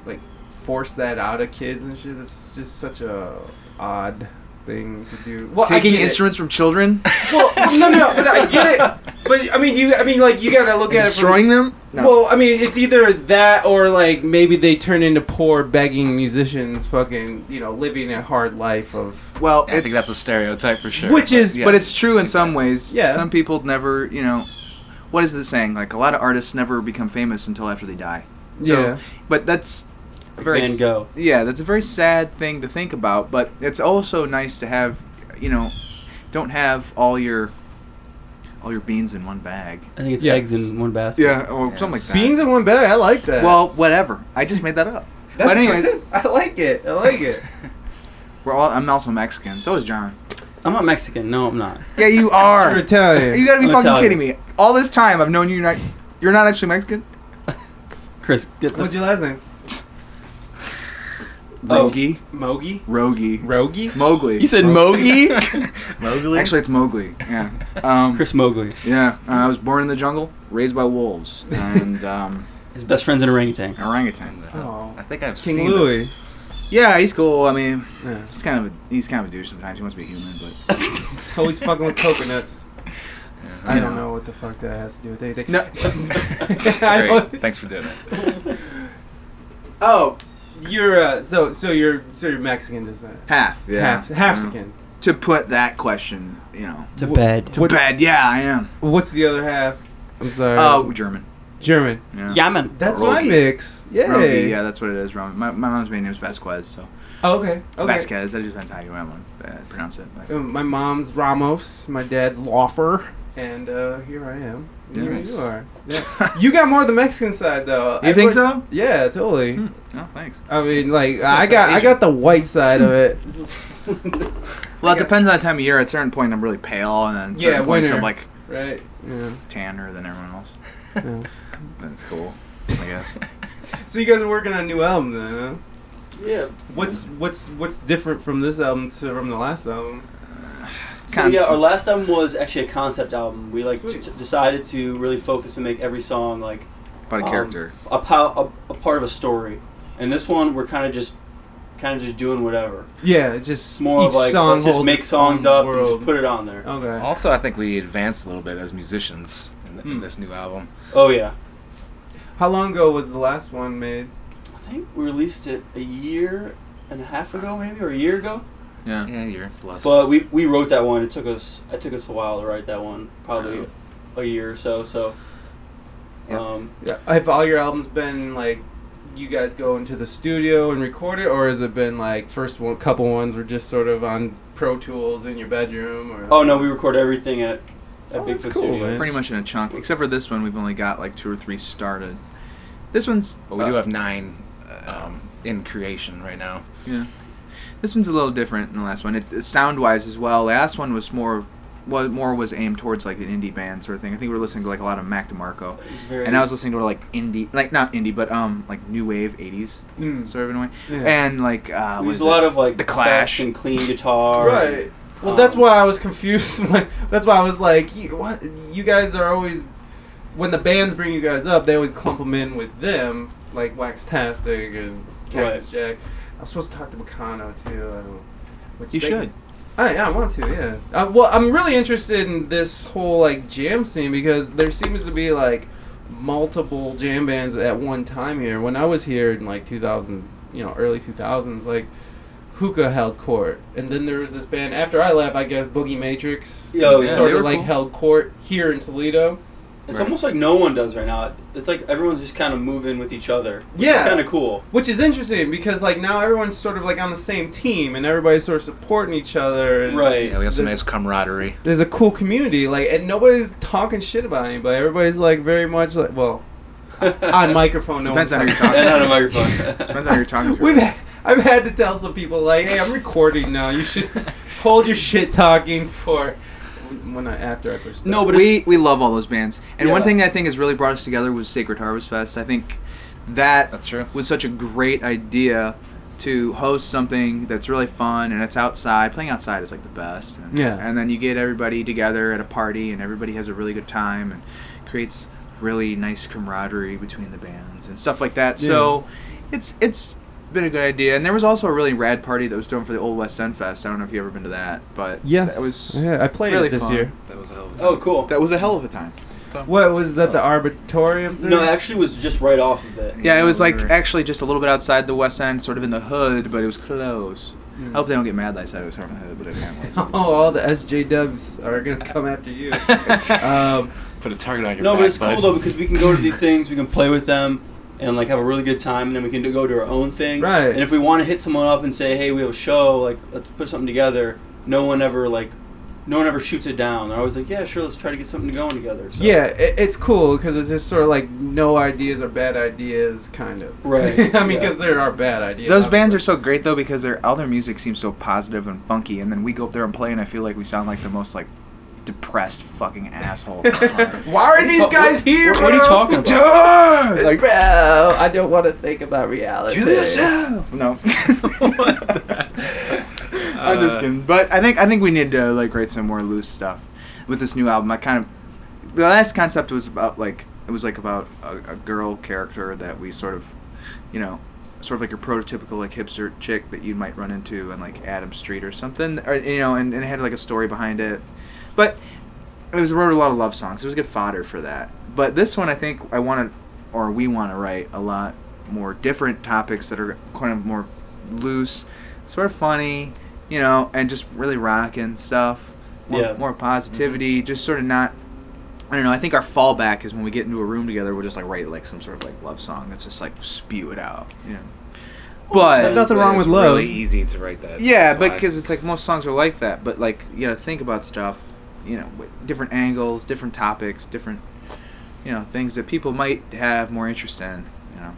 like, force that out of kids and shit. It's just such a odd thing to do. Well, I taking get it. instruments from children, Well, no, no, no, but I get it. But I mean, you, I mean, like, you gotta look at it. From, destroying them. Well, I mean, it's either that or like maybe they turn into poor begging musicians, fucking, you know, living a hard life of. well, I think that's a stereotype for sure. Which is- but it's true in some ways. Yeah. Some people never, you know, what is the saying? Like a lot of artists never become famous until after they die. So, Yeah. But that's a very Van s- Gogh. Yeah, that's a very sad thing to think about. But it's also nice to have, you know, don't have all your all your beans in one bag. I think it's Yeah. eggs in one basket. or Yeah. something like that. Beans in one bag, I like that. Well, whatever. I just made that up. That's but anyways, good. I like it. I like it. we're all. I'm also Mexican. So is John. I'm not Mexican. No, I'm not. Yeah, you You're are. Italian. You gotta be I'm fucking Italian. kidding me. All this time I've known you not you're not actually Mexican? Chris, get the What's your last name? Oh. Rogi. Mogi? Rogi. Rogi? Mowgli. You said Mowgli. Mowgli? Mowgli. Actually, it's Mowgli. Yeah. Um, Chris Mowgli. yeah. Uh, I was born in the jungle, raised by wolves, and um, His best friend's an orangutan. orangutan. Oh. uh, I think I've seen King this. Louis. Yeah, he's cool. I mean, Yeah. he's kind of a, he's kind of a douche sometimes. He wants to be human, but He's always fucking with coconuts. I don't know what the fuck that has to do with anything. No. I Great. don't- Thanks for doing that. oh, you're uh, so so you're so you're Mexican descent. half. Yeah. Mm. Half half Yeah. Mexican. To put that question, you know, To Wh- bed. to What- bed. Yeah, I am. What's the other half? I'm sorry. Oh, German. German. Yeah. Yaman. Uh, That's Rogi. my mix. Yeah. Rogi, yeah, that's what it is. Ramen. My, my mom's maiden name is Vasquez, so Oh, okay. Okay. Vasquez. That depends how you want to uh, pronounce it. but- Uh, My mom's Ramos. My dad's Lawfer. And uh, here I am. And Here Nice. you are. Yeah. you got more of the Mexican side though. You I think would- so? Yeah, totally. No, thanks. I mean, like not I so got I Asian. got the white side of it. Well, it got- depends on the time of year. At certain point, I'm really pale, and then at Yeah, certain points, winter. I'm like Right. Yeah. tanner than everyone else. Yeah. That's cool, I guess. So you guys are working on a new album then? Huh? Yeah. What's what's what's different from this album to from the last album? So Con- yeah, our last album was actually a concept album. We like Sweet. d- decided to really focus and make every song like About a um, character. a, pow- a, a part of a story. And this one, we're kind of just, kind of just doing whatever. Yeah, it's just It's more each of like song let's just holds make its songs own up world. and just put it on there. okay. Also, I think we advanced a little bit as musicians in, in Hmm. this new album. Oh yeah, How long ago was the last one made? I think we released it a year and a half ago, maybe or a year ago. Yeah. Yeah, you're blessed. But we we wrote that one. It took us it took us a while to write that one, probably a year or so. So, Yeah. um, Yeah. Have all your albums been like you guys go into the studio and record it, or has it been like first one, couple ones were just sort of on Pro Tools in your bedroom? Or oh no, we record everything at at Oh, that's Bigfoot cool, Studios. man. Pretty much in a chunk, except for this one. We've only got like two or three started. This one's. But we uh, do have nine um, in creation right now. Yeah. This one's a little different than the last one. It, it sound wise as well. The last one was more well, more was aimed towards like an indie band sort of thing. I think we were listening to like a lot of Mac DeMarco. It's very, And I was listening to like indie like not indie, but um like new wave eighties Mm. sort of in a way. Yeah. And like uh we what used is a it? lot of like The effects Clash. and clean guitar. Right. Well, Um, that's why I was confused. When, that's why I was like, you, what? you guys are always, when the bands bring you guys up, they always clump them in with them, like Waxtastic and Cactus Jack. I was supposed to talk to Bacano, too. I don't, which You they- should. I, Oh, yeah, I want to, yeah. Uh, well, I'm really interested in this whole, like, jam scene because there seems to be, like, multiple jam bands at one time here. When I was here in, like, 2000, you know, early 2000s, like, Hookah held court, and then there was this band after I left. I guess Boogie Matrix, Oh, yeah. They sort were of like cool. held court here in Toledo. It's Right. almost like no one does right now. It's like everyone's just kind of moving with each other. Which Yeah. It's kind of cool. Which is interesting because like now everyone's sort of like on the same team and everybody's sort of supporting each other. And Right. Yeah, we have some There's- nice camaraderie. There's a cool community like and nobody's talking shit about anybody. Everybody's like very much like well on microphone. No Depends on who one's talking. you're talking and on a to. microphone. Depends on who you're talking to. We've had, I've had to tell some people like, hey, I'm recording now. You should hold your shit talking for when I after I first. no, but it's, we we love all those bands. And one Yeah. thing I think has really brought us together was Sacred Harvest Fest. I think that That's true. was such a great idea to host something that's really fun and it's outside. Playing outside is like the best. And, Yeah. And then you get everybody together at a party and everybody has a really good time and creates really nice camaraderie between the bands and stuff like that. So it's it's been a good idea. And there was also a really rad party that was thrown for the Old West End Fest. I don't know if you've ever been to that, but Yes. that was yeah, I played really it this fun. year. That was a hell of a oh, cool. that was a hell of a time. What was that? The Oh. arbitorium thing? No, it actually was just right off of it. Yeah, it was like Or- actually just a little bit outside the West End, sort of in the hood, but it was close. Mm. Hmm. I hope they don't get mad that I said it was from the hood, but it kind of was. Oh, all the SJWs are gonna come after you. um, Put a target on your No, back, but it's cool bud. though because we can go to these things, we can play with them, and like have a really good time, and then we can do, go to our own thing. Right. And if we want to hit someone up and say, hey, we have a show, like let's put something together. No one ever like, no one ever shoots it down. They're always like, yeah, sure, let's try to get something going together. So. yeah, it, it's cool because it's just sort of like no ideas are bad ideas, kind of. Right, I mean, yeah. because there are bad ideas. Those bands are so great though because their other music seems so positive and funky, and then we go up there and play, and I feel like we sound like the most like depressed fucking asshole. Why are these What- guys here? what- what are you bro? talking Dude, Like, bro, I don't want to think about reality. kill yourself. No. I'm just Uh, kidding. But I think I think we need to like write some more loose stuff with this new album. I kind of the last concept was about like it was like about a, a girl character that we sort of, you know, sort of like your prototypical like hipster chick that you might run into on like Adam Street or something, or you know, and, and it had like a story behind it. But it was wrote a lot of love songs. It was good fodder for that. But this one, I think I want to, or we want to write a lot more different topics that are kind of more loose, sort of funny, you know, and just really rocking stuff. More, Yeah. more positivity, just sort of not. I don't know. I think our fallback is when we get into a room together, we'll just like write like some sort of like love song that's just like spew it out. You know. But Well, Nothing wrong with It's love. Really easy to write that. yeah, That's but why. because it's like most songs are like that. But like you gotta think about stuff, you know, with different angles, different topics, different, you know, things that people might have more interest in. You know,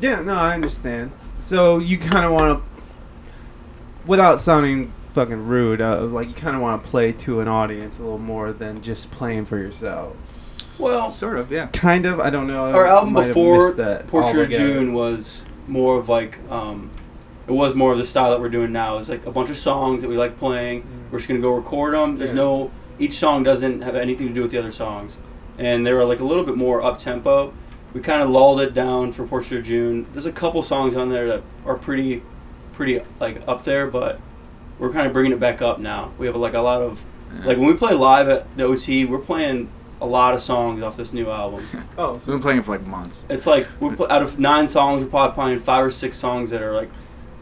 Yeah, no, I understand. So you kind of want to, without sounding fucking rude, uh, like you kind of want to play to an audience a little more than just playing for yourself. Oh. Well, sort of. Yeah. Kind of. I don't know. our I album Uh, might have before missed that Portrait of altogether. June was more of like um, it was more of the style that we're doing now. It's like a bunch of songs that we like playing. We're just gonna go record them. There's Mm. Yeah. no each song doesn't have anything to do with the other songs, and they were like a little bit more up tempo. We kind of lulled it down for Portrait of June. There's a couple songs on there that are pretty, pretty like up there, but we're kind of bringing it back up now. We have like a lot of like when we play live at the OT, we're playing a lot of songs off this new album. Oh, We've been playing it for like months. It's like we put out of nine songs, we're probably playing five or six songs that are like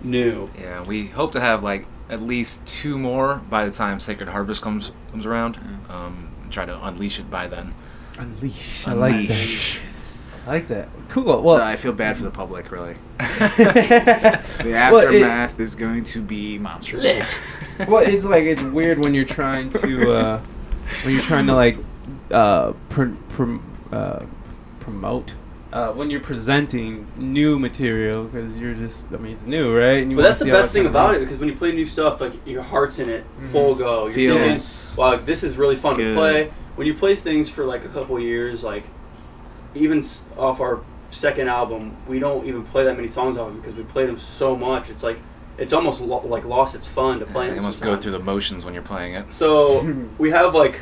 new. Yeah, we hope to have like at least two more by the time Sacred Harvest comes comes around. Um, and try to unleash it by then. unleash. I like that. I like that. Cool. But Well, I feel bad for the public, really. The Well, it- aftermath is going to be monstrous. well, it's like it's weird when you're trying to uh, when you're trying to like uh, pr- pr- uh, promote uh, when you're presenting new material because you're just I mean it's new, right? And you But wanna that's the see how best it's thing gonna about be. it because when you play new stuff, like your heart's in it, full go. You're Feels thinking, wow, this is really fun to good. play. When you play things for like a couple years, like even s- off our second album, we don't even play that many songs off it because we played them so much. It's like it's almost lo- like lost its fun to play. Yeah, them you must go sometimes. through the motions when you're playing it. So we have like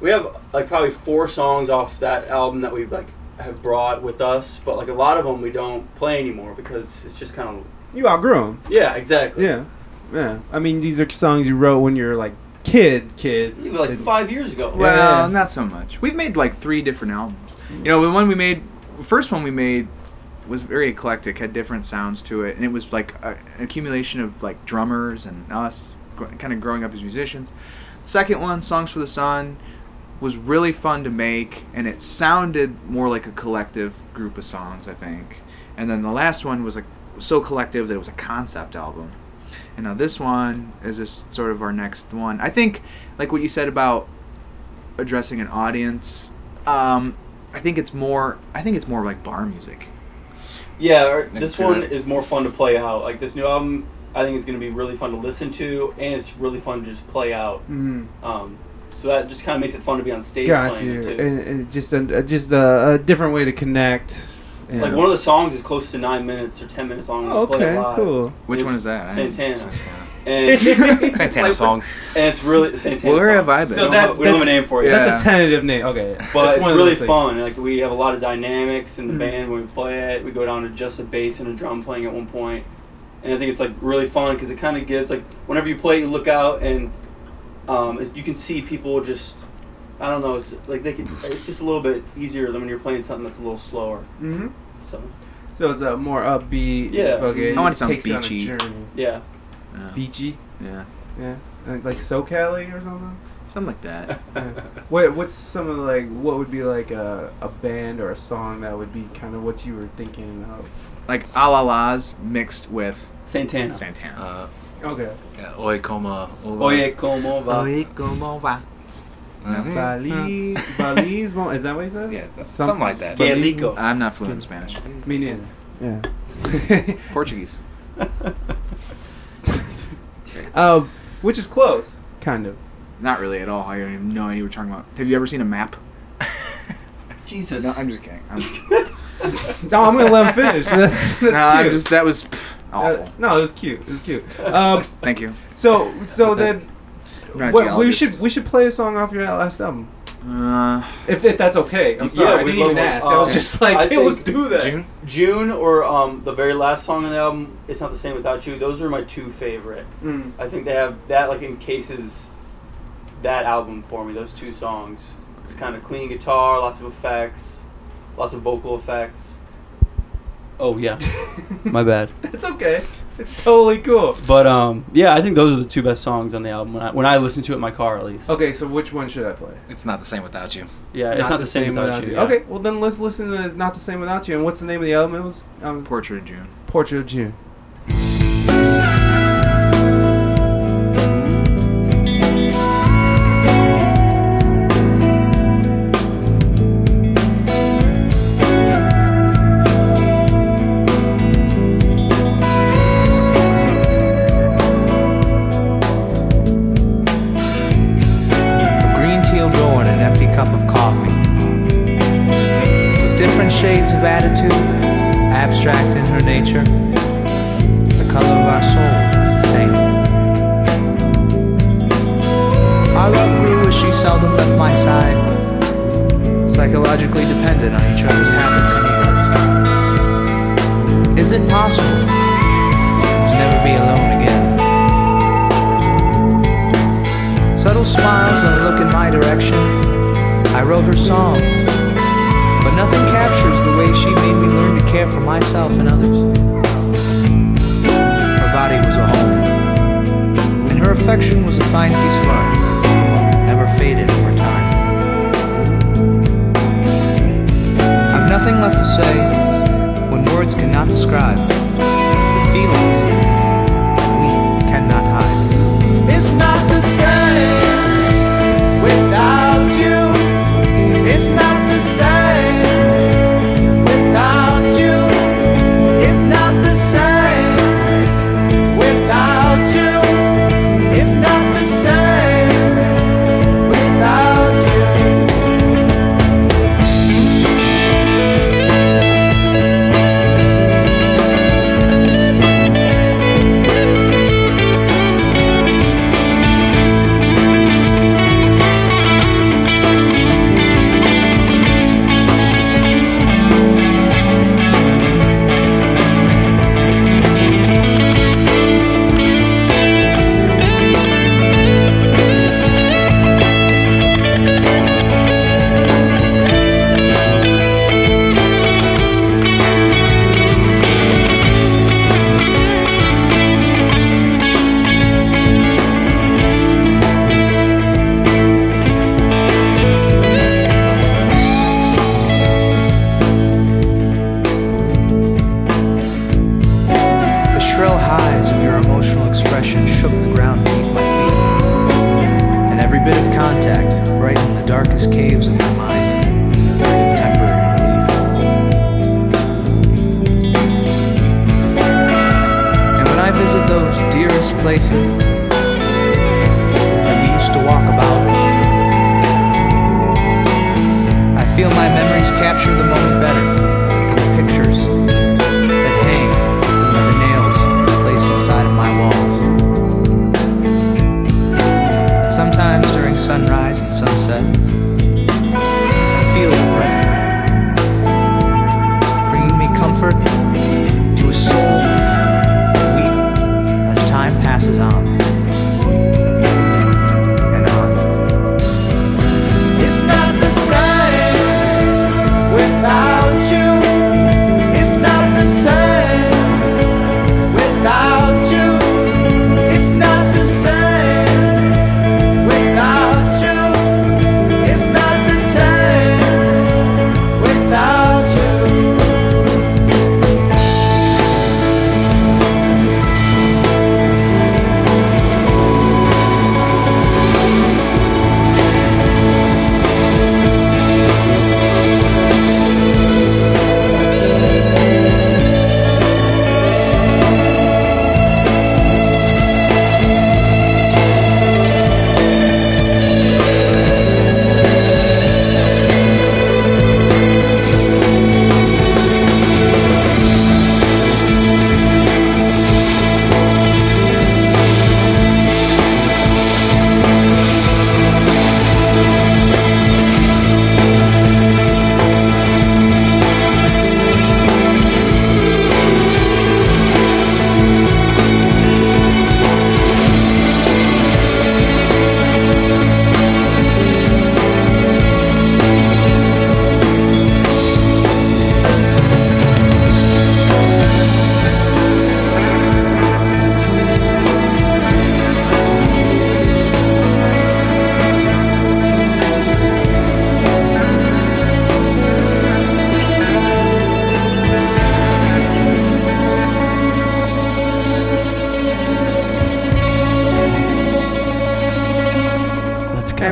we have like probably four songs off that album that we like have brought with us, but like a lot of them we don't play anymore because it's just kind of You outgrow 'em. yeah, exactly. Yeah, yeah. I mean these are songs you wrote when you're like kid, kid. Even, like five years ago. Well, Yeah. not so much. We've made like three different albums. You know, the one we made, the first one we made was very eclectic, had different sounds to it, and it was like a, an accumulation of like drummers and us gr- kind of growing up as musicians. Second one, Songs for the Sun, was really fun to make, and it sounded more like a collective group of songs, I think. And then the last one was like so collective that it was a concept album. And now this one is just sort of our next one. I think, like what you said about addressing an audience, um, I think it's more. I think it's more like bar music. Yeah, or, can this see one that. is more fun to play out. Like this new album, I think is going to be really fun to listen to, and it's really fun to just play out. Mm. Um, so that just kind of makes it fun to be on stage Got playing you. it too. And, and just a, a- just a, a different way to connect. Yeah. Like one of the songs is close to nine minutes or ten minutes long. when Oh, we play it okay, live. cool. Which It's one is that? I- Santana. Santana, And Santana song. And it's really Santana. Where song. have I been? So So that, that- we don't have a that's- name for it. yeah. yet. That's a tentative name. Okay, yeah. But it's one of really those things. Mm-hmm. fun. Like we have a lot of dynamics in the band when we play it. We go down to just a bass and a drum playing at one point, and I think it's like really fun because it kind of gives like whenever you play, you look out and um, it- you can see people just. I don't know. It's like they can. It's just a little bit easier than when you're playing something that's a little slower. hmm So So it's a more upbeat. Yeah. Fucking I want something takes you on a beachy. journey. yeah, Yeah. Beachy. yeah, Yeah. Like, like SoCali or something. something like that. Yeah. What What's some of the, like what would be like a, a band or a song that would be kind of what you were thinking of? Like a la la's mixed with Santana. Santana. Uh, Okay. yeah, Oi como. Ova. Oye como Oh, va? Mhm. Bali Balismo. Is that what he says? Yeah, that's Some- something like that. Que rico. I'm not fluent in Spanish. Me neither. Yeah. Portuguese. um, which is close, kind of. Not really at all. I don't even know what you were talking about. Have you ever seen a map? Jesus. No, I'm just kidding. I'm, No, I'm gonna let him finish. That's that's no, I'm cute. just that was pff, awful. Uh, no, it was cute. It was cute. Um, Thank you. so so But then that's- I'm not a what, we geologist. should we should play a song off your last album Uh, if, if that's okay. I'm Yeah, sorry, I we'd didn't even love- ask. I was um, just like, I hey, let's think- do that. June. June or um, the very last song on the album, It's Not the Same Without You, those are my two favorite. Mm. I think they have that, like, encases that album for me, those two songs. It's kind of clean guitar, lots of effects, lots of vocal effects. Oh, yeah. my bad. It's okay. It's totally cool. But, um, yeah, I think those are the two best songs on the album when I, when I listen to it in my car, at least. Okay, so which one should I play? It's not the same without you. Yeah, Uh, it's not, the, same, without, you. yeah. Okay, well then let's listen to "It's Not the Same Without You." And what's the name of the album? It was um, Portrait of June. Portrait of June. a green teal door and an empty cup of coffee. With different shades of attitude, abstract in her nature, the color of our souls was the same. Our love grew as she seldom left my side, psychologically dependent on each other's habits and egos. Is it possible to never be alone again? Subtle smiles and a look in my direction. I wrote her songs, but nothing captures the way she made me learn to care for myself and others. Her body was a home, and her affection was a fine piece of art, never faded over time. I've nothing left to say when words cannot describe the feelings we cannot hide. It's not the same without you. It's not the same without you. It's not the same without you. It's not the same without you. The shrill highs of your emotional expression shook the ground beneath my feet, and every bit of contact, right in the darkest caves of my mind, created temporary relief. And when I visit those dearest places that we used to walk about, I feel my memories capture the moment better. The pictures that hang by the nails placed inside of my walls. Sometimes during sunrise and sunset, I feel the present, bringing me comfort to a soul weak as time passes on. and on. It's not the same without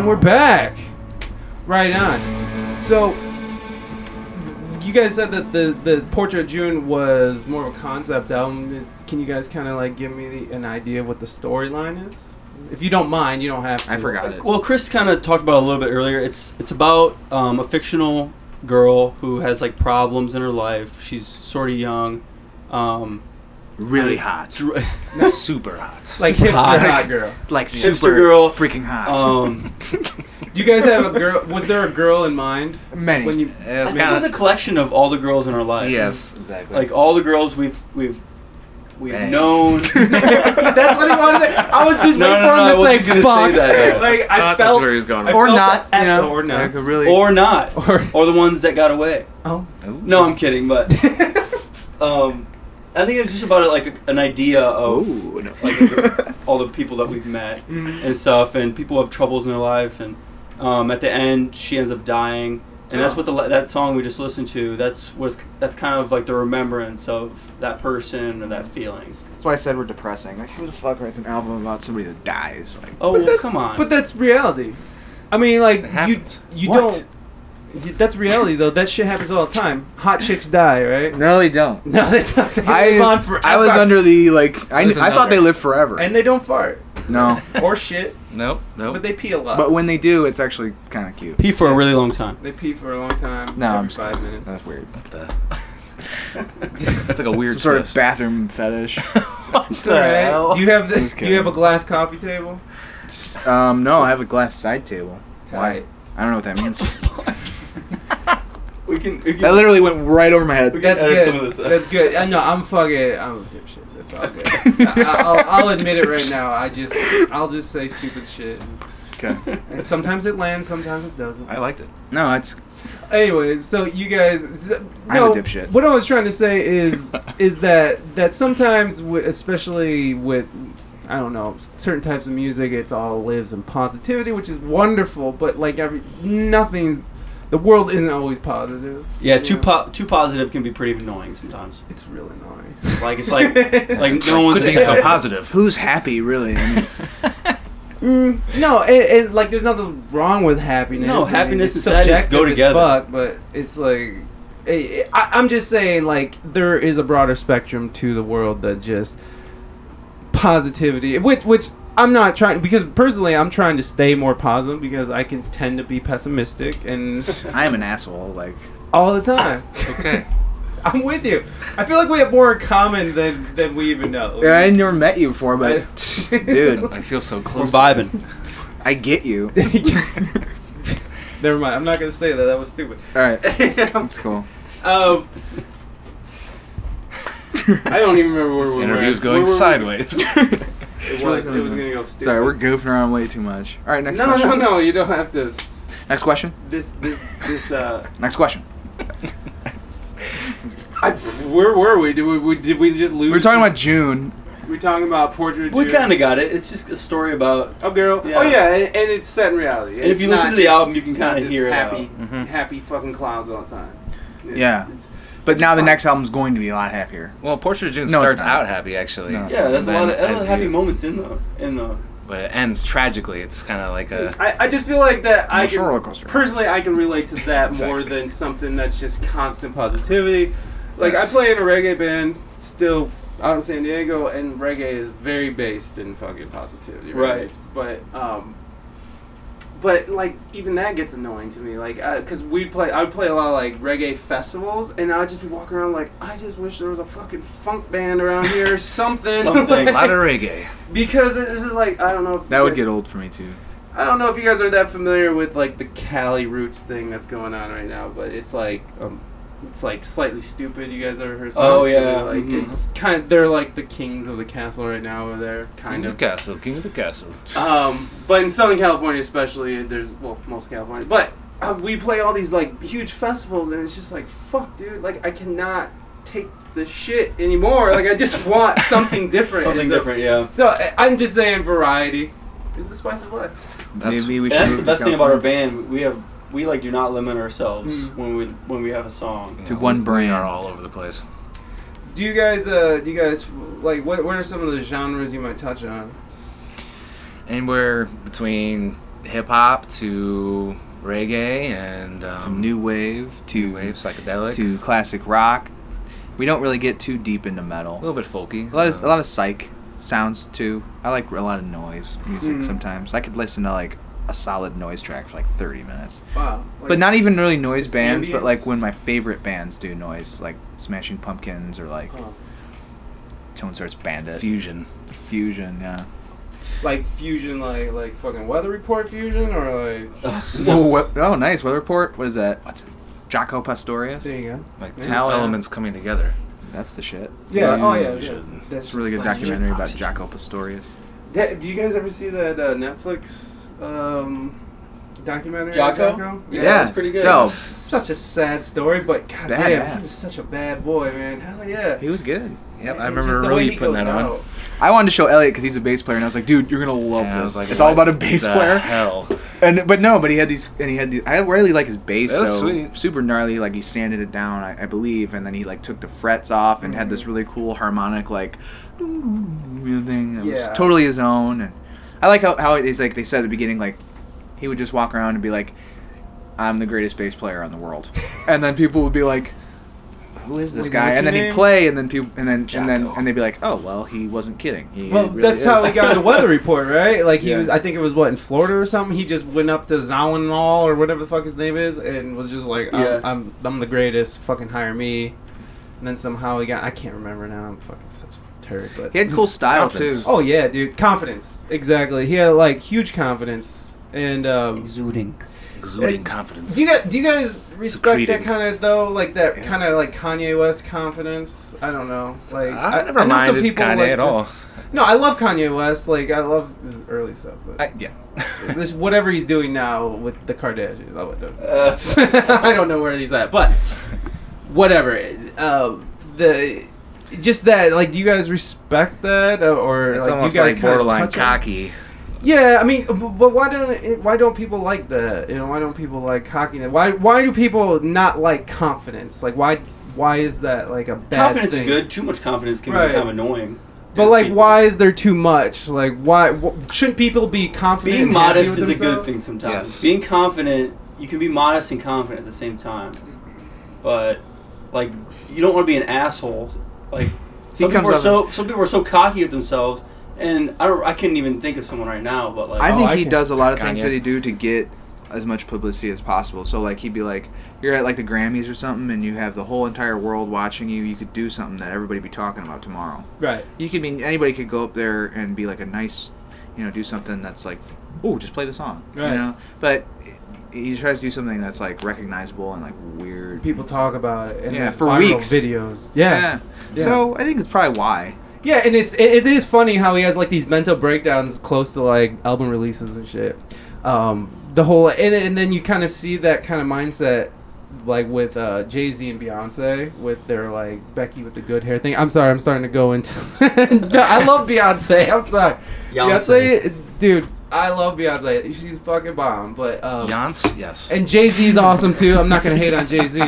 we're back. Right on. So, you guys said that the the Portrait of June was more of a concept album. Is- Can you guys kind of like give me the, an idea of what the storyline is? If you don't mind, you don't have to. I forgot it. Well, Chris kind of talked about it a little bit earlier. It's it's about um, a fictional girl who has like problems in her life. She's sort of young. Um, Really hot. dr- Super hot. Like hipster hot. hot girl. Like Hipster super girl. freaking hot. um, Do you guys have a girl? Was there a girl in mind Many. when you? I Yeah, it's think it was a kinda, collection of all the girls in her life. yes, exactly. like all the girls we've we've we've Banged. known. That's what he wanted. To say. I was just No, waiting no, no, I for him wasn't to say gonna say fuck. that, Oh, no. like I I thought that's felt where he was going. I or felt not, that you know, or not. Like a really or not, Or- or the ones that got away. Oh. Ooh. No, I'm kidding, but um, I think it's just about like a, an idea Oh, of Ooh, no. like, all the people that we've met Mm-hmm. and stuff, and people have troubles in their life, and um, at the end she ends up dying, and Oh. that's what the la- that song we just listened to. That's was that's kind of like the remembrance of that person or that feeling. That's why I said we're depressing. Like, who the fuck writes an album about somebody that dies? Like, But Oh, well, that's- come on! But that's reality. I mean, like It you happens. you What? don't. You, that's reality though. That shit happens all the time. Hot chicks die, right? no, they don't. No, they don't. They I, live on forever. I was under the like. I, There's I thought they another. lived forever. And they don't fart no, or shit, Nope. Nope. but they pee a lot. but when they do, it's actually kind of cute. pee for a really long time. they pee for a long time. No, every I'm just five kidding. minutes. That's weird. That's like a weird Some sort of twist. bathroom fetish. It's all right. Do you have the, Just do you have a kidding. glass coffee table? um, no, I have a glass side table. Tight. I don't know what that means. We can. We can that literally went right over my head. That's edit good. some of this out. That's good. I know. I'm fucking. I'm a dipshit. That's all good. I, I'll, I'll admit it right now. I just I'll just say stupid shit. Okay. And sometimes it lands, sometimes it doesn't. I liked it. No, it's Anyways, so you guys, so, I'm a dipshit. What I was trying to say is, is that that sometimes, wi- especially with, I don't know, s- certain types of music, it's all lives in positivity, which is wonderful. But like every nothing's, the world isn't always positive. Yeah, you too know? po- too positive can be pretty annoying sometimes. It's really annoying. Like it's like like no one's Good things so accepting- positive. who's happy really? I mean, Mm, no, and, and like there's nothing wrong with happiness. No, I mean, happiness it's and sadness subjective go as together. Fuck, but it's like. I, I- I'm just saying, like there is a broader spectrum to the world that just positivity, which which I'm not trying because personally I'm trying to stay more positive because I can tend to be pessimistic and I am an asshole. Like, all the time. Okay. I'm with you. I feel like we have more in common than than we even know. yeah, I never met you before, but dude, I feel so We're close. vibing. I get you. Never mind. I'm not gonna say that. That was stupid. All right, that's cool. Um, I don't even remember where This we interview's were. going sideways. It really was, it something was to- gonna go stupid. Sorry, we're goofing around way too much. All right, next no, question. no, no. You don't have to. Next question. This, this, this. Uh, Next question. I, where were we? Did we, we? Did we just lose? We were talking about June. We were talking about portrait. We kind of got it. It's just a story about A girl. Yeah. Oh yeah, and, and it's set in reality. And if It's you listen not to the just- album, you can it's not kinda just hear it happy, out. happy fucking clowns all the time. It's- Mm-hmm. Yeah. it's- But now the next album's going to be a lot happier. well, Portrait of June No, it's starts not. out happy actually. No. yeah. There's a And lot of, then there's as happy you- moments in the in the. But it ends tragically. It's kind of like a. I, I just feel like that I Emotional can- roller coaster. personally I can relate to that more Exactly. than something that's just constant positivity. Like Yes. I play in a reggae band still out in San Diego, and reggae is very based in fucking positivity, Right. But um, but like even that gets annoying to me, like because we play I would play a lot of like reggae festivals, and I'd just be walking around like I just wish there was a fucking funk band around here or something, Something. A lot of reggae. because it's just like I don't know. If That you would guys- get old for me too. I don't know if you guys are that familiar with like the Cali roots thing that's going on right now, but it's like um, it's like slightly stupid. You guys ever heard? Something Oh, yeah. like Mhm. it's kind. They're like the kings of the castle right now over there, King kind of of. the castle. King of the castle. Um, but in Southern California, especially, there's well, most of California, but uh, we play all these like huge festivals, and it's just like fuck, dude. Like I cannot take this shit anymore. Like I just want something different. Something And so- different, yeah. So I- I'm just saying, variety is the spice of life. That's- Maybe we And that's should. move the to best thing about our California. band. We have we like do not limit ourselves Mm. when we when we have a song. To one We brand. are all over the place. Do you guys, uh, do you guys, like, what, what are some of the genres you might touch on? Anywhere between hip hop to reggae and um, to new wave to new wave psychedelic, to classic rock. We don't really get too deep into a metal. little bit folky. A lot of, um, a lot of psych sounds too. I like a lot of noise music Hmm. sometimes. I could listen to like a solid noise track for like 30 minutes. Wow. Like, but not even really noise just bands, but like ambience? when my favorite bands do noise, like Smashing Pumpkins or like oh. Tone Starts Bandit. Uh, fusion. Fusion, yeah. like fusion, like like fucking weather report fusion, or like Whoa, what, oh, nice. Weather report. What is that? What's it? Jaco Pastorius. there you go. Like two Hell yeah. elements coming together. That's the shit. Yeah. oh yeah. yeah. Fusion. That's It's a really good Oxygen, documentary about oxygen. Jaco Pastorius. That, do you guys ever see that uh, Netflix um, documentary? on Jocko? Jocko? Yeah, Yeah, that's pretty good. dope. Such a sad story, but god damn, he Badass. was such a bad boy, man. Hell yeah. He was good. Yep, I It's just remember the way really he putting goes that on. out. I wanted to show Elliot because he's a bass player, and I was like, dude, you're gonna love And I this. was like, it's all what about a bass the player. Hell, And but no, but he had these, and he had. These, I really like his bass. That was so sweet. Super gnarly. Like he sanded it down, I, I believe, and then he like took the frets off and had this really cool harmonic like thing. That Yeah. was totally his own. And I like how how he's like they said at the beginning like he would just walk around and be like, "I'm the greatest bass player in the world," and then people would be like. Who is this Wait, guy? what's And your then he'd name? play, and then people, and then and then Jocko. and they'd be like, "Oh well, he wasn't kidding." He Well, really that's is." how he got the weather report, right? Like he Yeah. was, I think it was what in Florida or something. He just went up to Zawinul or whatever the fuck his name is, and was just like, I'm, Yeah. I'm, I'm the greatest. Fucking hire me. And then somehow he got, I can't remember now. I'm fucking such a turd, but He had cool style Confidence. too. Oh yeah, dude, confidence. Exactly. He had like huge confidence. And um, Exuding. exuding Uh, confidence. do you guys do you guys respect that Secreting. kind of though, like that Yeah. kind of like Kanye West confidence? I don't know. Like I, never I know some minded people, Kanye like, at all. No, I love Kanye West. Like I love his early stuff. But I, yeah, this whatever he's doing now with the Kardashians, I would Uh, I don't know where he's at, but whatever. Uh, the just that like do you guys respect that uh, or it's like, almost do you guys like kinda borderline touch on it? cocky. Yeah, I mean, b- but why don't eh, why don't people like that? You know, why don't people like cockiness? Why why do people not like confidence? Like why why is that like a bad confidence thing? is good. Too much confidence can Right. be kind of annoying. to but like people. why is there too much? Like why wh- shouldn't people be confident? Being and happy modest with is a good themselves? thing sometimes. Yes. Being confident, you can be modest and confident at the same time. But like, you don't want to be an asshole. Like some comes people are up- so some people are so cocky of themselves, and I don't. I couldn't even think of someone right now. But like, I Oh, think I he can- does a lot of things Kanye. that he do to get as much publicity as possible. So like he'd be like, you're at like the Grammys or something, and you have the whole entire world watching you. You could do something that everybody be talking about tomorrow. Right. You could mean anybody could go up there and be like a nice, you know, do something that's like, oh, just play the song, Right. you know. But he tries to do something that's like recognizable and like weird. People talk about it and Yeah, there's for viral weeks. videos. Yeah. Yeah. So I think it's probably why. yeah, and it's it, it is funny how he has like these mental breakdowns close to like album releases and shit. Um, the whole and and then you kind of see that kind of mindset like with uh, Jay Z and Beyonce with their like Becky with the good hair thing. I'm sorry, I'm starting to go into. No, I love Beyonce. I'm sorry, Beyonce, dude. I love Beyonce. She's fucking bomb. But um, Yance, yes. and Jay Z's awesome too. I'm not gonna hate on Jay Z,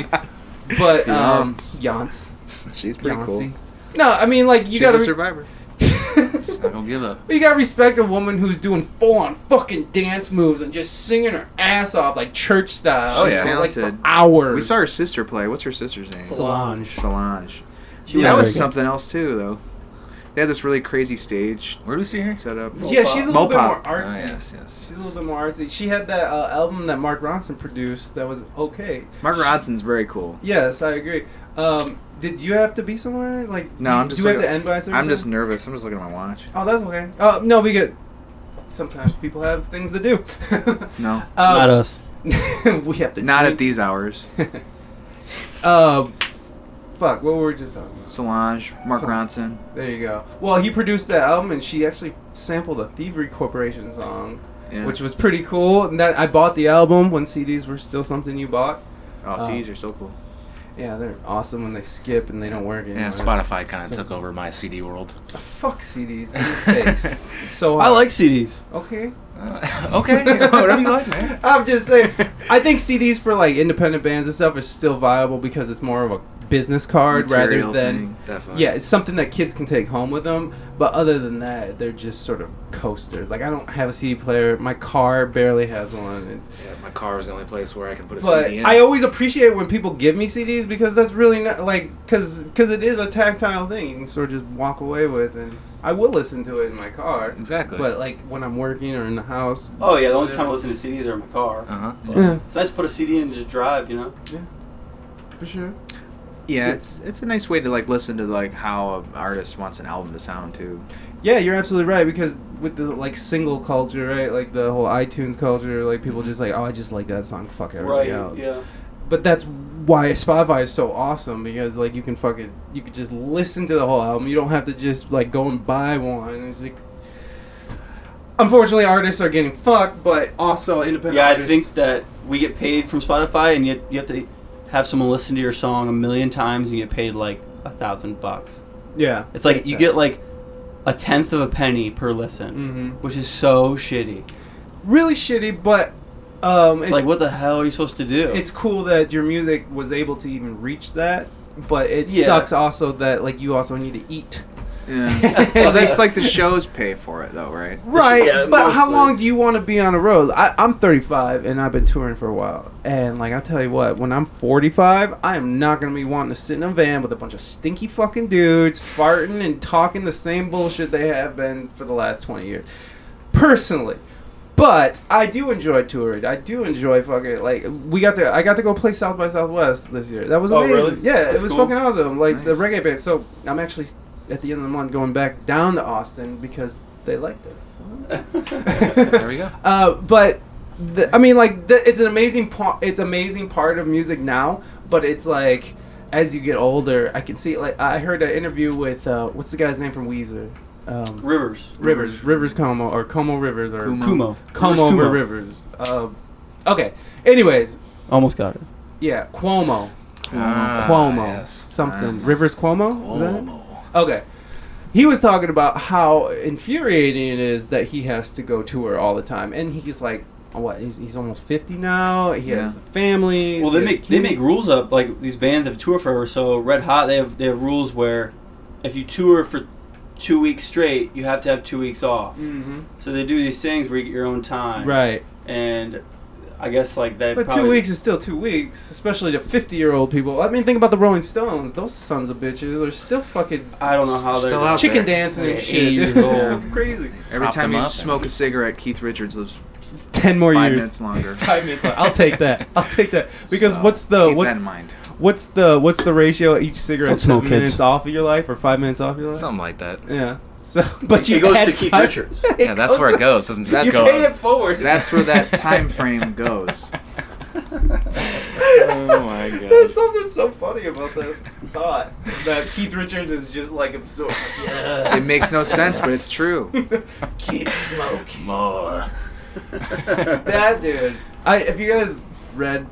but um, Yance. She's Beyonce. No, I mean like you She's gotta. a re- survivor. I don't give up. you gotta respect a woman who's doing full on fucking dance moves and just singing her ass off like church style. Oh, She's yeah. doing, like, for Talented. hours. We saw her sister play. What's her sister's name? Solange. Solange. She Yeah, that was very good. something else too, though. They had this really crazy stage Where do we see her? set up. Yeah, she's a little bit Mopop. more Oh, artsy. Ah, yes, yes. She's a little bit more artsy. She had that uh, album that Mark Ronson produced that was okay. Mark Rodson's very cool. Yes, I agree. Um, did you have to be somewhere? Like, No, do, I'm just Do you have looking- to end by a certain I'm just time? nervous. I'm just looking at my watch. Oh, that's okay. Oh no, we get. Sometimes people have things to do. No, um, us. we have to. not at drink. these hours. Um, fuck. What were we just talking? about? Solange, Mark So- Ronson. There you go. Well, he produced that album, and she actually sampled a Thievery Corporation song, Yeah. which was pretty cool. And that I bought the album when CDs were still something you bought. oh, uh, CDs are so cool. Yeah, they're awesome when they skip and they don't work anymore. Yeah, It's- Spotify kind of so- took over my CD world. Fuck CDs in your face. It's so I hard. like CDs. Okay. Uh, okay, whatever you like, man. I'm just saying. I think CDs for like independent bands and stuff is still viable because it's more of a business card Material rather than thing, Definitely. yeah, it's something that kids can take home with them. But other than that, they're just sort of coasters. Like I don't have a CD player. My car barely has one. It's, Yeah, my car is the only place where I can put a but CD in. I always appreciate when people give me CDs because that's really not like because it is a tactile thing you can sort of just walk away with, and I will listen to it in my car. exactly. But like when I'm working or in the house, Oh yeah, the only time I listen to CDs are in my car. uh huh. yeah, It's nice to put a CD in and just drive, you know. for sure. Yeah, it's it's a nice way to like listen to like how an artist wants an album to sound too. Yeah, you're absolutely right because with the like single culture, right? Like the whole iTunes culture, like people just like, oh, I just like that song. Fuck everything Right. else. Yeah. But that's why Spotify is so awesome because like you can fucking you could just listen to the whole album. You don't have to just like go and buy one. It's like, unfortunately, artists are getting fucked, but also independent. Yeah, I artists- think that we get paid from Spotify, and yet you have to have someone listen to your song a million times, and you get paid like a thousand bucks. Yeah. It's like you get like a tenth of a penny per listen, hmm which is so shitty. Really shitty, but um, It's like, what the hell are you supposed to do? it's cool that your music was able to even reach that. But it Yeah. sucks also that like you also need to eat. Yeah. well, that's like the shows pay for it though, right? Right, Yeah, but how mostly. long do you want to be on the road? I, I'm 35 and I've been touring for a while. And like I tell you what, when I'm 45, I am not gonna be wanting to sit in a van with a bunch of stinky fucking dudes farting and talking the same bullshit they have been for the last 20 years. Personally, but I do enjoy touring. I do enjoy fucking like we got to I got to go play South by Southwest this year. That was Oh, amazing. really? Yeah, it That's was cool. fucking awesome. Like the Nice. reggae band. So I'm actually at the end of the month going back down to Austin because they liked us. there we go. uh, but the, I mean, like the, it's an amazing pa- it's amazing part of music now. But it's like as you get older, I can see like I heard an interview with uh, what's the guy's name from Weezer. Um, Rivers. Rivers, Rivers Como, or Como Rivers, or Kumo. Kumo. Como Rivers over Rivers. Uh, okay. Anyways, Almost got it. yeah, Cuomo. Ah, Cuomo. yes. Something. Ah. Rivers Cuomo? Is that it? Okay. He was talking about how infuriating it is that he has to go tour all the time. And he's like, what? He's, he's almost 50 now. He has a family. Well, they he has make they kids. make rules up. Like these bands have tour forever. So Red Hot, they have they have rules where if you tour for two weeks straight, you have to have two weeks off. Mhm. So they do these things where you get your own time. Right. And I guess like that. But two weeks is still two weeks, especially to 50 year old people. I mean, think about the Rolling Stones. Those sons of bitches are still fucking I don't know how they're Still out chicken there. dancing and Like, shit. eight years It's old. crazy. Every Prop time them you up and- smoke a cigarette, Keith Richards lives Ten more five years. minutes longer. Five minutes. left. I'll take that. I'll take that because So, what's the keep what, that in mind? what's the what's the ratio each cigarette Don't smoke, seven minutes kids. off of your life or five minutes off your life? Something like that. Yeah. So, but you It goes add to Keith five- Richards. Yeah, that's where it goes. Doesn't just You go. pay up. it forward. That's where that time frame goes. Oh my There's god. something so funny about that thought that Keith Richards is just like absorbed. Yeah. It makes no sense, but it's true. Keep smoking. More. That dude. I if you guys read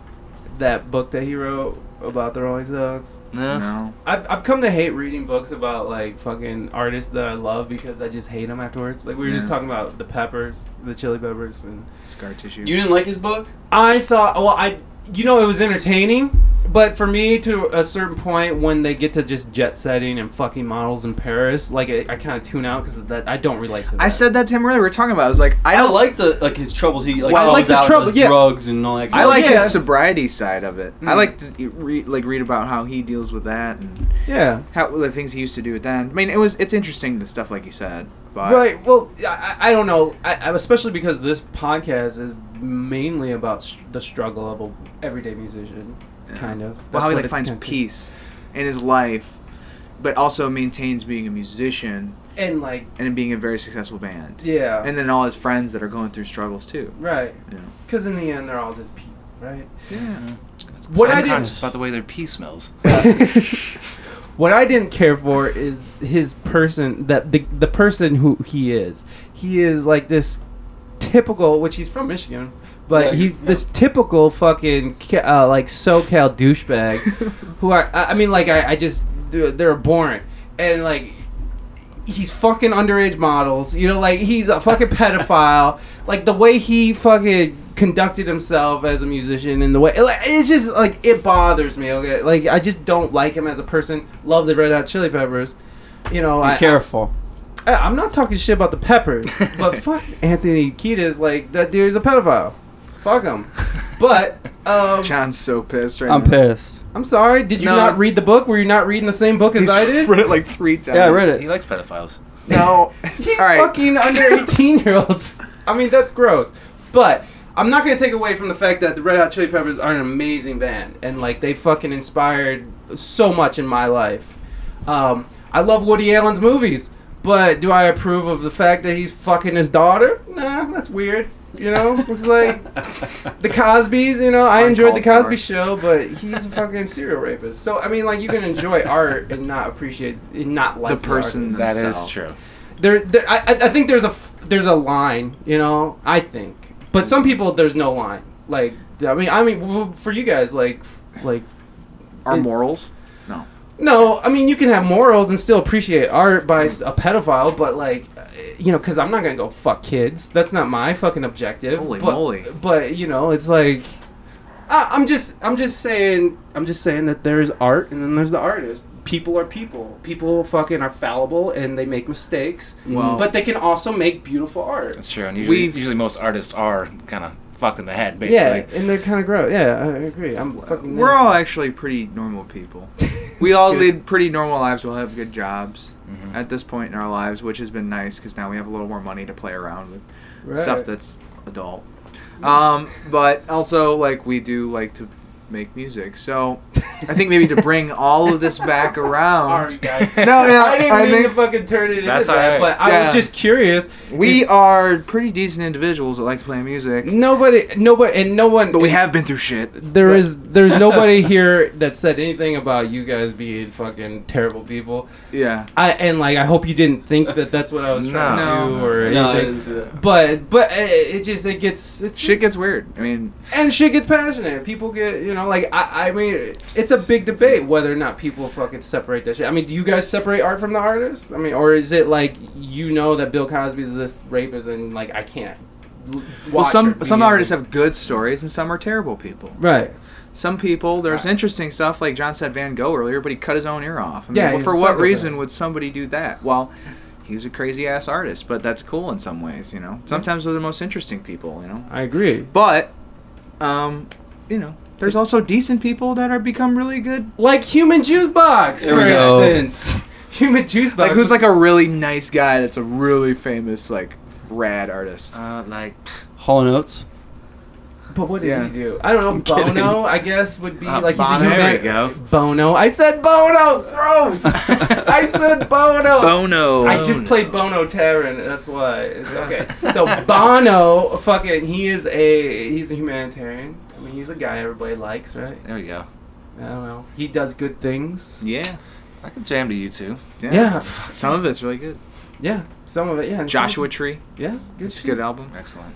that book that he wrote about the Rolling Stones. Uh-huh. No. No, I've, I've come to hate reading books about like fucking artists that I love because I just hate them afterwards. Like we were just Yeah. talking about the peppers, the chili peppers, and scar tissue. You didn't like his book? I thought, well, I you know it was entertaining, but for me to a certain point when they get to just jet setting and fucking models in Paris, like I, I kind of tune out because that I don't relate to. That. I said that to him earlier. We were talking about. I was like, I I don't. don't like the like his troubles. He like Well, I goes like the out trouble, and does yeah. drugs and all that. I like Yeah. his sobriety side of it. I Mm. like to read, like read about how he deals with that and yeah, how the things he used to do with that. I mean, it was it's interesting the stuff like you said, but right. Well, I, I I don't know, I, I, especially because this podcast is mainly about str the struggle of a everyday musician, Yeah. kind of. well, That's how what he like it's finds meant to- peace in his life, but also maintains being a musician and like and being a very successful band, yeah, and then all his friends that are going through struggles too. right. Yeah. Because in the end, they're all just people, right? Yeah. What I I'm did- conscious about the way their pee smells. What I didn't care for is his person that the the person who he is. He is like this typical, which he's from Michigan, but Yeah, he's yeah. this typical fucking ca- uh, like SoCal douchebag who are I I mean like I, I just they're they're abhorrent and like he's fucking underage models. You know, like he's a fucking pedophile. Like the way he fucking conducted himself as a musician in the way. Like, it's just like it bothers me. Okay, like I just don't like him as a person. Love the Red Hot Chili Peppers. You know, Be I, careful. I, I'm not talking shit about the Peppers, but fuck Anthony Kiedis. Like that dude's a pedophile. Fuck him. But um, John's so pissed right I'm now. pissed. I'm sorry. Did you No, not it's- read the book? Were you not reading the same book as I did? read it like three times. Yeah, I read it. He likes pedophiles. No. He's All right. fucking under 18 year olds. I mean, that's gross. But I'm not going to take away from the fact that the Red Hot Chili Peppers are an amazing band. And, like, they fucking inspired so much in my life. Um, I love Woody Allen's movies. But do I approve of the fact that he's fucking his daughter? Nah, that's weird. You know? It's like the Cosby's, you know? I enjoyed the Uncalled for. Cosby show, but he's a fucking serial rapist. So, I mean, like, you can enjoy art and not appreciate, and not like The person artist that That is is true. there, there I, I I think there's a f- there's a line, you know. I think, but some people there's no line. Like I mean, I mean, w- for you guys, like, like Our morals. no, I mean you can have morals and still appreciate art by s- a pedophile, but like, uh, you know, because I'm not gonna go fuck kids. That's not my fucking objective. Holy but, moly. But you know, it's like. I, I'm just, I'm just saying, I'm just saying that there's art, and then there's the artist. People are people. People fucking are fallible, and they make mistakes. Well, But they can also make beautiful art. That's true. And usually, We've- usually most artists are kind of fucked in the head, basically. Yeah, and they're kind of gross. Yeah, I agree. I'm fucking. we're all actually pretty normal people. we all lead pretty normal lives. We all have good jobs Mhm. at this point in our lives, which has been nice because now we have a little more money to play around with Right. stuff that's adult. Um, but also, like, we do like to make music. So I think maybe to bring all of this back around. Sorry, guys. No, yeah, Oh, I didn't I mean think- to fucking turn it into That's that, alright. but I Yeah. was just curious. We are pretty decent individuals that like to play Mm. music. Nobody, nobody, and no one. But we have been through shit. There is, there's nobody here that said anything about you guys being fucking terrible people. Yeah. I and like, I hope you didn't think that that's what I was trying No. to do or No, I anything. didn't do that. but but uh, it, it just it gets it's Shit gets weird. I mean, and shit gets passionate. People get, you know, like I, I mean, it's a big debate whether or not people fucking separate that shit. I mean, do you guys separate art from the artist? I mean, or is it like you know that Bill Cosby is this rapist and like I can't. l- well, watch or some be some in- artists have good stories and some are terrible people. right. Some people, there's interesting stuff, like John said Van Gogh earlier, but he cut his own ear off. I mean, Yeah, well, he's for a what psychopath. reason would somebody do that? Well, he was a crazy ass artist, but that's cool in some ways, you know. Sometimes they're the most interesting people, you know. I agree. But, um, you know, there's also decent people that are become really good. Like Human Juice Box, There for we go. instance. Human Juice Box. Like who's like a really nice guy that's a really famous like rad artist. Uh, like, pfft, Hall and Oates. But what did Yeah. he do? I don't know. Bono, kidding. I guess, would be uh, like he's Bono, a human. There you go. Bono. I said Bono. Gross. I said Bono. Bono. I just played Bono Terran. That's why. It's- okay. So Bono, fucking, he is a he's a humanitarian. I mean, he's a guy everybody likes, right? There we go. I don't know. He does good things. yeah, I could jam to you two. yeah. Yeah. fuck, Some of it's really good. Yeah. Some of it. Yeah. and some- Joshua Tree. yeah. Good It's a good shit. album. Excellent.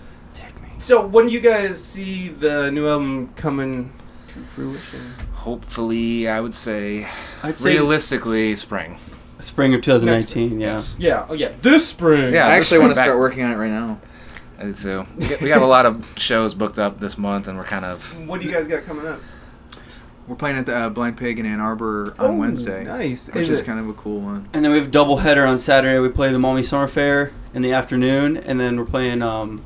So when do you guys see the new album coming to fruition? Hopefully, I would say I'd say realistically spring. spring of 2019. Yeah. Yes. Yeah. Oh yeah. This spring. Yeah. I actually want to back- start working on it right now. I do too. We got- we have a lot of shows booked up this month, and we're kind of What do you guys got coming up? We're playing at the uh, Blind Pig in Ann Arbor on Oh, Wednesday, Nice. which Is is it- kind of a cool one. And then we have double header on Saturday. We play the Maumee Summer Fair in the afternoon, and then we're playing um,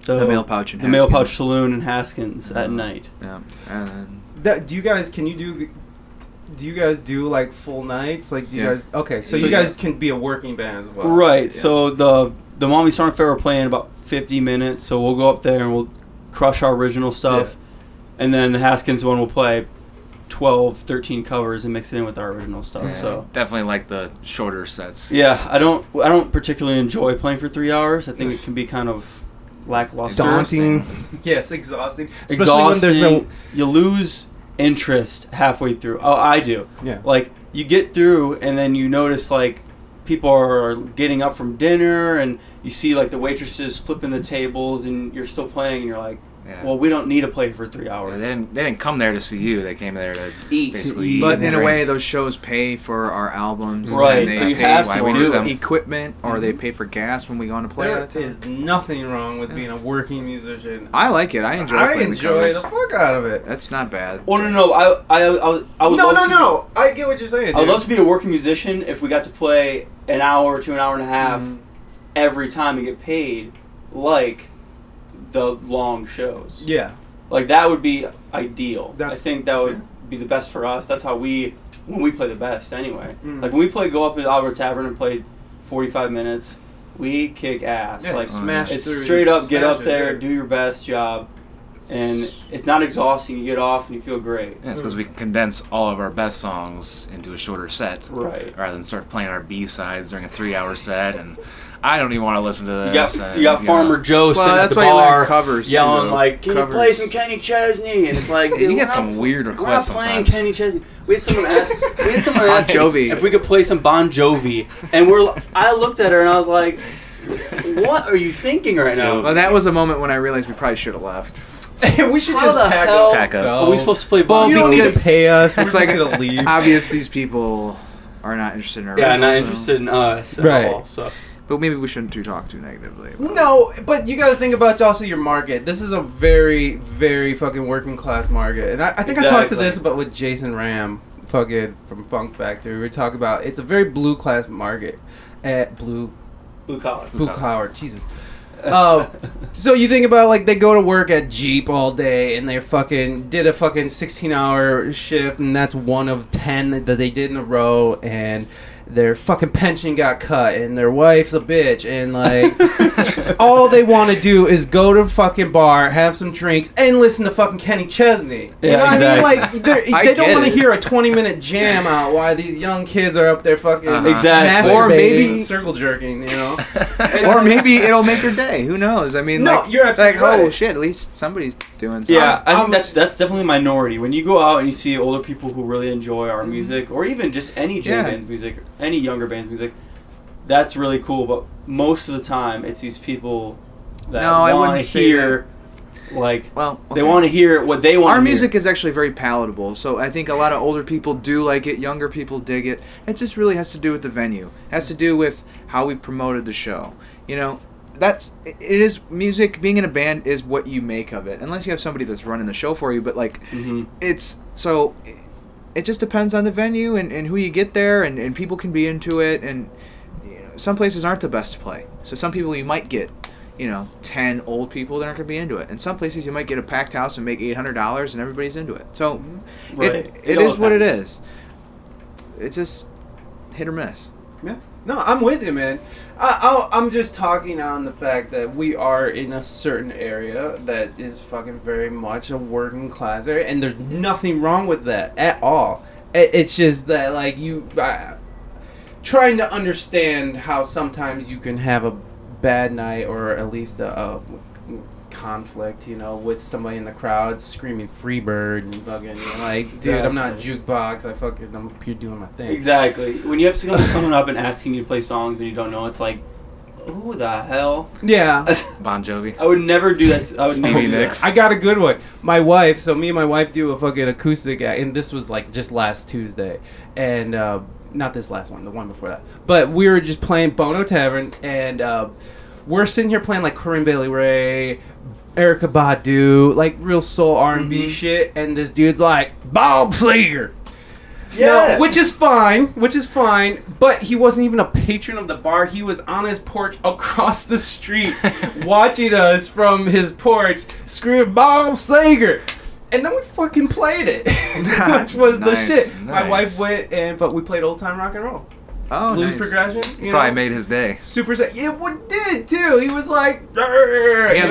so- the Mail Pouch. And the Mail Haskins. Pouch Saloon in Haskins at night. Yeah. And That, do you guys can you do? Do you guys do like full nights? Like do you Yeah. guys? Okay, so, So you yeah. guys can be a working band as well. Right. Yeah. So the the Maumee Summer Fair we're playing about 50 minutes. So we'll go up there and we'll crush our original stuff, and then the Haskins one will play 12, 13 covers and mix it in with our original stuff. yeah, So. definitely like the shorter sets. Yeah, I don't. I don't particularly enjoy playing for three hours. I think it can be kind of lackluster. Daunting. Exhausting. Yes, exhausting. Especially exhausting. when there's You lose interest halfway through. Oh, I do. no. Yeah. Like you get through, and then you notice like people are getting up from dinner, and you see like the waitresses flipping the tables, and you're still playing, and you're like, Yeah. Well, we don't need to play for three they hours. didn't, they didn't come there to see you. They came there to Eat, basically eat but and in a drink. way, those shows pay for our albums, and Right, They so you pay have why to we do them. it. equipment, or they pay for gas when we go on to play. There out of Mm-hmm. is town. nothing wrong with being a working musician. I like it. I enjoy. I playing enjoy the, the, covers. fuck out of it. That's not bad. Well, Oh, no, no, no, I, I, I, would- I would no, love no, to, no. I get what you're saying. I would dude. love to be a working musician if we got to play an hour to an hour and a half Mhm. every time and get paid like the long shows. Yeah. Like that would be ideal. That's- I think that would be the best for us. That's how we when we play the best anyway. Mm. Like when we play go up at Albert Tavern and play 45 minutes, we kick ass. yeah like smash it's through, straight up get smash up it, there, dude. do your best job and it's not exhausting. You get off and you feel great. Yeah, it's because we can condense all of our best songs into a shorter set, Right. rather than start playing our B sides during a three-hour set. And I don't even want to listen to You this. got, and, you got Farmer Joe sitting at that's the why you learn bar covers, too, yelling though. like, "Can Covers. you play some Kenny Chesney?" And it's like, Yeah, dude, you get we're some not- weird We're not requests playing sometimes. Kenny Chesney. We had someone ask. We had someone Bon ask Jovi. if we could play some Bon Jovi, and we're. I looked at her and I was like, "What are you thinking right now? Well, that was a moment when I realized we probably should have left. we should How just the pack hell Pack up. Are we supposed to play Bon You don't Jovi?" need to pay us. We're It's just like- gonna leave. Obvious, these people are not interested in. Our Yeah, not originals, so- interested in us at Right. all. So But maybe we shouldn't do talk too negatively. about it. No, but you got to think about also your market. This is a very, very fucking working class market, and I, I think I talked to Exactly. this about with Jason Ram, fucking from Funk Factory. We talk about it's a very blue class market, at blue blue collar. blue collar. Jesus. Uh, so you think about like they go to work at Jeep all day and they fucking did a fucking 16 hour shift and that's one of 10 that they did in a row and their fucking pension got cut and their wife's a bitch and like all they want to do is go to a fucking bar, have some drinks and listen to fucking Kenny Chesney. You Yeah, know what exactly. I mean? Like they're- I they don't get want to it. hear a 20 minute jam out while these young kids are up there fucking Uh-huh. Exactly. or Or maybe- maybe circle jerking, you know. or maybe it'll make their day. Who knows? I mean, No, like, you're absolutely like, oh right. shit, at least somebody's doing something. Yeah, I think that's that's definitely a minority. When you go out and you see older people who really enjoy our music, or even just any J Mm-hmm. Yeah. band music, any younger band's music, that's really cool. But most of the time, it's these people that No, I want wouldn't to say hear, like well, they want to hear what they want. Our music is actually very palatable, so I think a lot of older people do like it. Younger people dig it. It just really has to do with the venue. It has to do with how we promoted the show. You know, that's it it is music. Being in a band is what you make of it, unless you have somebody that's running the show for you. But like, hmm it's so it- it just depends on the venue and, and who you get there and, and people can be into it and you know, some places aren't the best to play so some people you might get you know 10 old people that aren't going to be into it and some places you might get a packed house and make $800 and everybody's into it so Right. it, It it all is what it depends. is it's just hit or miss Yeah. No, I'm with you, man. I, I'll, I'm just talking on the fact that we are in a certain area that is fucking very much a working class area, and there's nothing wrong with that at all. I- It's just that, like, you. I, trying to understand how sometimes you can have a bad night or at least a. a conflict you know with somebody in the crowd screaming freebird and fucking like dude i'm not a jukebox i fucking i'm here doing my thing exactly when you have someone coming up and asking you to play songs and you don't know, it's like, who the hell? yeah Bon Jovi. I would never do that. I would never Stevie do that. Nicks. I got a good one. My wife, so me and my wife do a fucking acoustic act, and this was like just last Tuesday, and uh, not this last one, the one before that. But we were just playing Bono Tavern, and uh, we're sitting here playing like Corinne Bailey Ray, Erica Badu, like real soul R and B shit, and this dude's like Bob Seger. No, which is fine, which is fine, but he wasn't even a patron of the bar. He was on his porch across the street watching us from his porch scream Bob Sager. And then we fucking played it, which was the Nice, shit. My wife nice. went and but we played old time rock and roll, oh blues nice. progression. You Probably know, made his day. super. Sa- it would did too. He was like, he had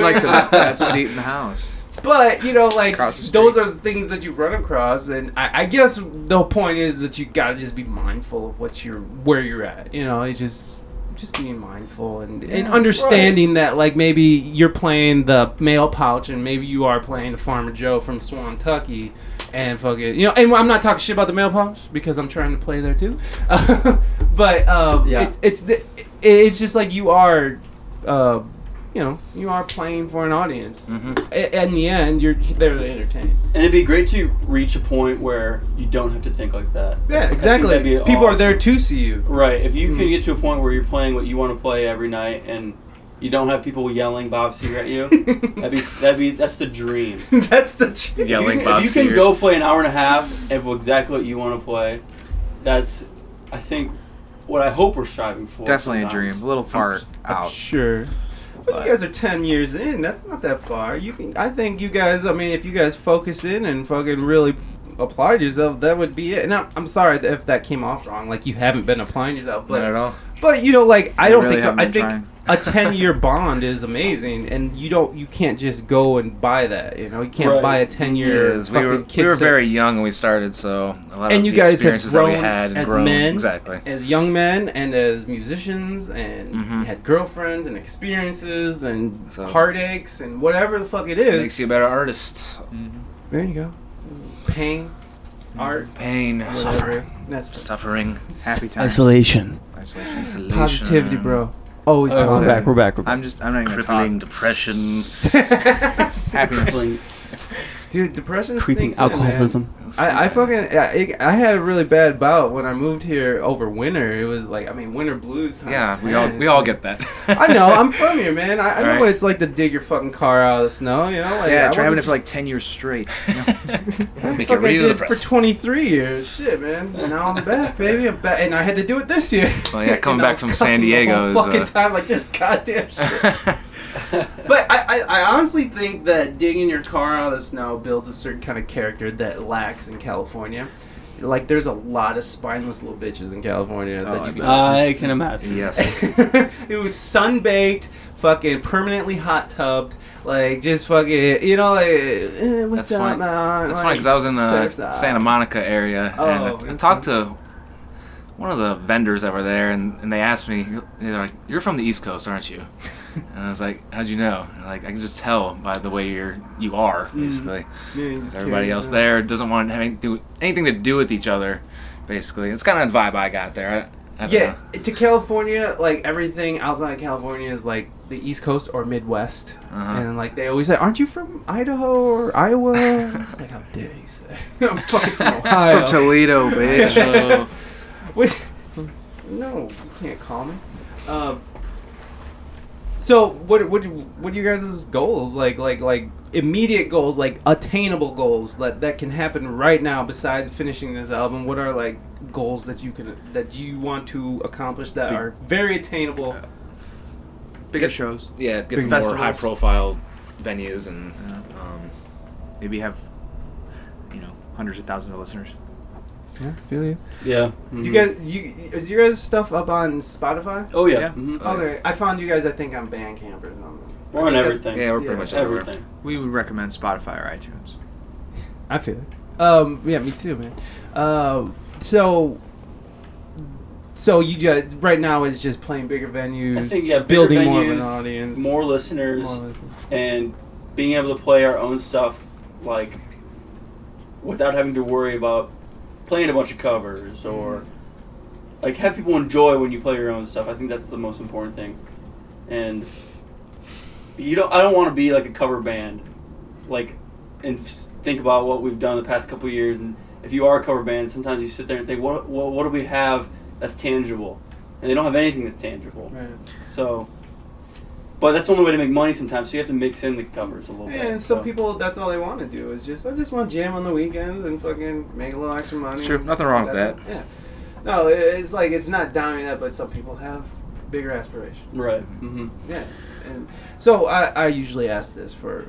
like the best seat in the house But you know, like Across the those street. are the things that you run across, and I, I guess the point is that you gotta just be mindful of what you're, where you're at. You know, it's just, just being mindful and, and understanding that like maybe you're playing the mail pouch, and maybe you are playing the Farmer Joe from Swan Tucky, and fucking you know. And I'm not talking shit about the mail pouch because I'm trying to play there too. but um, Yeah. it, it's the, it, it's just like you are. Uh, you know you are playing for an audience. Mhm. I- In the end, you're there to entertain. And it'd be great to reach a point where you don't have to think like that. I Yeah, think exactly. that'd be People are there awesome. to see you. Right. If you can Mhm. get to a point where you're playing what you want to play every night and you don't have people yelling Bob Seger at you, that'd be that'd be that's the dream. That's the ch- Yeah, if you, like if Bob you can Seger. go play an hour and a half of exactly what you want to play, that's I think what I hope we're striving for. Definitely a sometimes. dream. A little far out. Sure. But you guys are ten years in. That's not that far. You can. I think you guys. I mean, if you guys focus in and fucking really applied yourself, that would be it. And I'm, I'm sorry if that came off wrong. Like you haven't been applying yourself, Not at but all. but you know, like I don't really think so. haven't I been think trying. a ten year bond is amazing, and you don't. You can't just go and buy that. You know, you can't Right. buy a ten year. Yes, we were, we were very young when we started, so a lot And of you the guys have experiences that grown we had and as grown men. exactly. as young men and as musicians and Mhm. you had girlfriends and experiences and So- heartaches and whatever the fuck it is. Makes you a better artist. there you go. Pain, art, Pain, whatever. That's suffering, Happy time. Isolation. Isolation. isolation, positivity, bro. Always Oh, We're positive. back. We're back. We're back. I'm just. I'm not even gonna crippling talk. depression. Happiness. Like, Dude, depression Creeping stinks in, man. alcoholism. I, I fucking I, I had a really bad bout when I moved here over winter. It was like I mean winter blues. times Yeah, we all 10. we all get that. I know. I'm from here, man. I, I know Right. what it's like to dig your fucking car out of the snow. You know, like yeah, I try wasn't having it for like ten years straight. I Make it fucking real did for depressed. 23 years. Shit, man. Now I'm back, baby. I'm back, and I had to do it this year. Well, Oh, yeah, coming And I was back from cussing San the Diego whole is, fucking uh, time, like just goddamn. Shit. But I, I, I honestly think that digging your car out of the snow builds a certain kind of character that lacks in California. Like, there's a lot of spineless little bitches in California Oh, I that you bet. I can imagine. yes. it was sunbaked, fucking permanently hot tubbed, like just fucking, you know, like eh, what's That's up, funny. man? That's Like, funny because I was in the surf's up. Santa Monica area and I- Oh, I, that's talked to one of the vendors that were there, and, and they asked me, they're like, "You're from the East Coast, aren't you?" And I was like, "Howd you know?" And like, I can just tell by the way you're you are Mm. basically. Yeah, you just Everybody carry else it. there doesn't want to have anything to do, anything to do with each other. Basically, it's kind of the vibe I got there. I, I don't Yeah, to California, like everything outside of California is like the East Coast or Midwest, know. Uh-huh. and like they always say, "Aren't you from Idaho or Iowa?" it's like, how dare you say? I'm fucking from Ohio. From Toledo, bitch. So, Wait, no, you can't call me. Um, so what what what are you guys' goals like like like immediate goals like attainable goals that that can happen right now besides finishing this album what are like goals that you can that you want to accomplish that Big- are very attainable Bigger shows. yeah, Big get some more festivals. high-profile venues and. Um, Maybe have, you know, hundreds of thousands of listeners. yeah feel you Yeah. do you Mhm. guys you is your guys stuff up on Spotify Oh yeah. Yeah. mhm. Oh, yeah. okay I found you guys I think on Bandcamp or something We're on everything. yeah, we're pretty Yeah. much everywhere. everything. We would recommend Spotify or iTunes. I feel it. Um, yeah, me too, man. Um, so, so you just right now is just playing bigger venues, I think yeah, bigger building more of an venues, audience, more listeners, More listeners. and being able to play our own stuff like without having to worry about playing a bunch of covers or Mm-hmm. like have people enjoy when you play your own stuff. I think that's the most important thing. And you don't I don't want to be like a cover band like and f- think about what we've done the past couple of years and if you are a cover band, sometimes you sit there and think what what, what do we have that's tangible? And they don't have anything that's tangible. Right. So, but that's the only way to make money sometimes. So you have to mix in the covers a little Yeah, bit. and some so. people that's all they want to do is just I just want to jam on the weekends and fucking make a little extra money. It's true. Nothing wrong with That's that. it. Yeah. No, it- it's like it's not downing that, but some people have bigger aspirations. Right. Mm-hmm. Yeah, and so I, I usually ask this for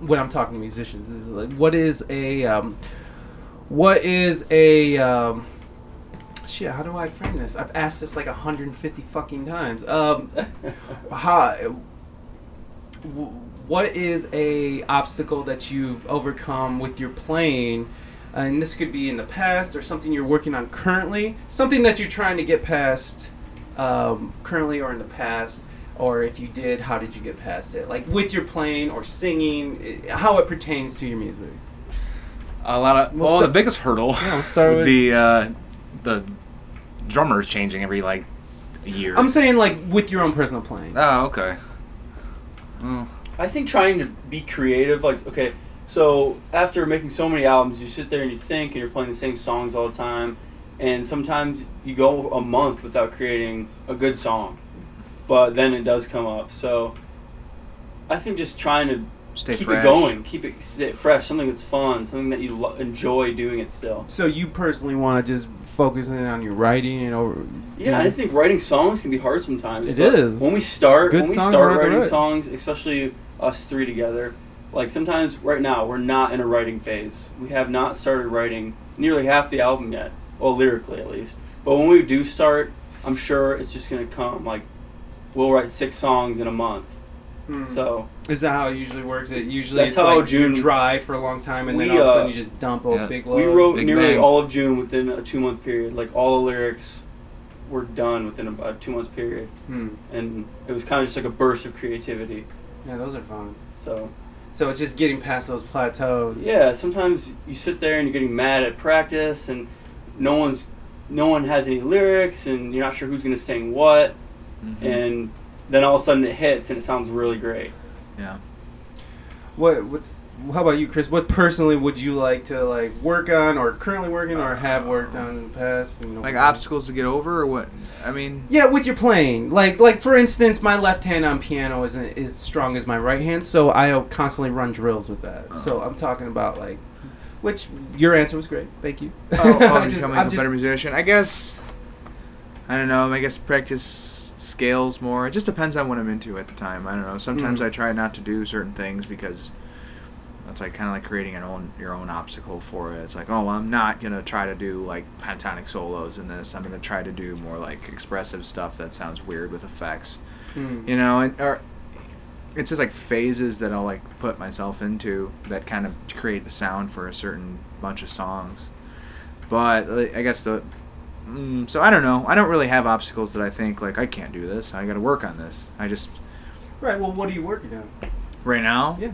when I'm talking to musicians is like, what is a um, what is a um, shit? How do I frame this? I've asked this like 150 fucking times. Um, how, w- what is a obstacle that you've overcome with your playing? And this could be in the past or something you're working on currently, something that you're trying to get past um, currently or in the past, or if you did, how did you get past it? Like with your playing or singing, i- how it pertains to your music. A lot of We'll well, sta- the biggest hurdle Yeah, we'll start would with- be uh, the drummers changing every like year. I'm saying like with your own personal playing. oh, okay. Well, I think trying to be creative, like okay, so after making so many albums, you sit there and you think, and you're playing the same songs all the time, and sometimes you go a month without creating a good song, but then it does come up. So I think just trying to stay keep fresh. it going, keep it stay fresh, something that's fun, something that you lo- enjoy doing it still. So you personally want to just focus in on your writing and over. Yeah, I think writing songs can be hard sometimes. It but is. When we start, Good when we songs are start hard to writing write. songs, especially us three together, like sometimes right now we're not in a writing phase. We have not started writing nearly half the album yet, well lyrically at least. But when we do start, I'm sure it's just gonna come. Like we'll write six songs in a month. Hmm. Mm-hmm. So Is that how it usually works? It usually That's it's how like you're June- dry for a long time, and We, then all of a uh, sudden you just dump a yeah. big load. we wrote Big nearly bang. all of June within a two month period. Like all the lyrics were done within about a two month period, Hmm. and it was kind of just like a burst of creativity. Yeah, those are fun. So. So it's just getting past those plateaus. Yeah, sometimes you sit there and you're getting mad at practice, and no one's, no one has any lyrics, and you're not sure who's gonna sing what, and then all of a sudden it hits and it sounds really great. Yeah. What what's how about you, Chris? What personally would you like to like work on, or currently working, or have worked on in the past? And, you know, Like obstacles to get over, or what? I mean, Yeah, with your playing, like like for instance, my left hand on piano isn't as strong as my right hand, so I constantly run drills with that. Oh. So I'm talking about like, which your answer was great. Thank you. oh, I oh, just- becoming I'm a just- better musician. I guess. I don't know. I guess practice scales more. It just depends on what I'm into at the time. I don't know. Sometimes Mhm. I try not to do certain things because that's like kind of like creating an own your own obstacle for it. It's like, oh, well, I'm not gonna try to do like pentatonic solos in this. I'm gonna try to do more like expressive stuff that sounds weird with effects. Hmm. you know and or it's just like phases that i'll like put myself into that kind of create a sound for a certain bunch of songs but like, i guess the mm, so i don't know i don't really have obstacles that i think like i can't do this i gotta work on this i just Right. Well, what are you working on? right now Yeah.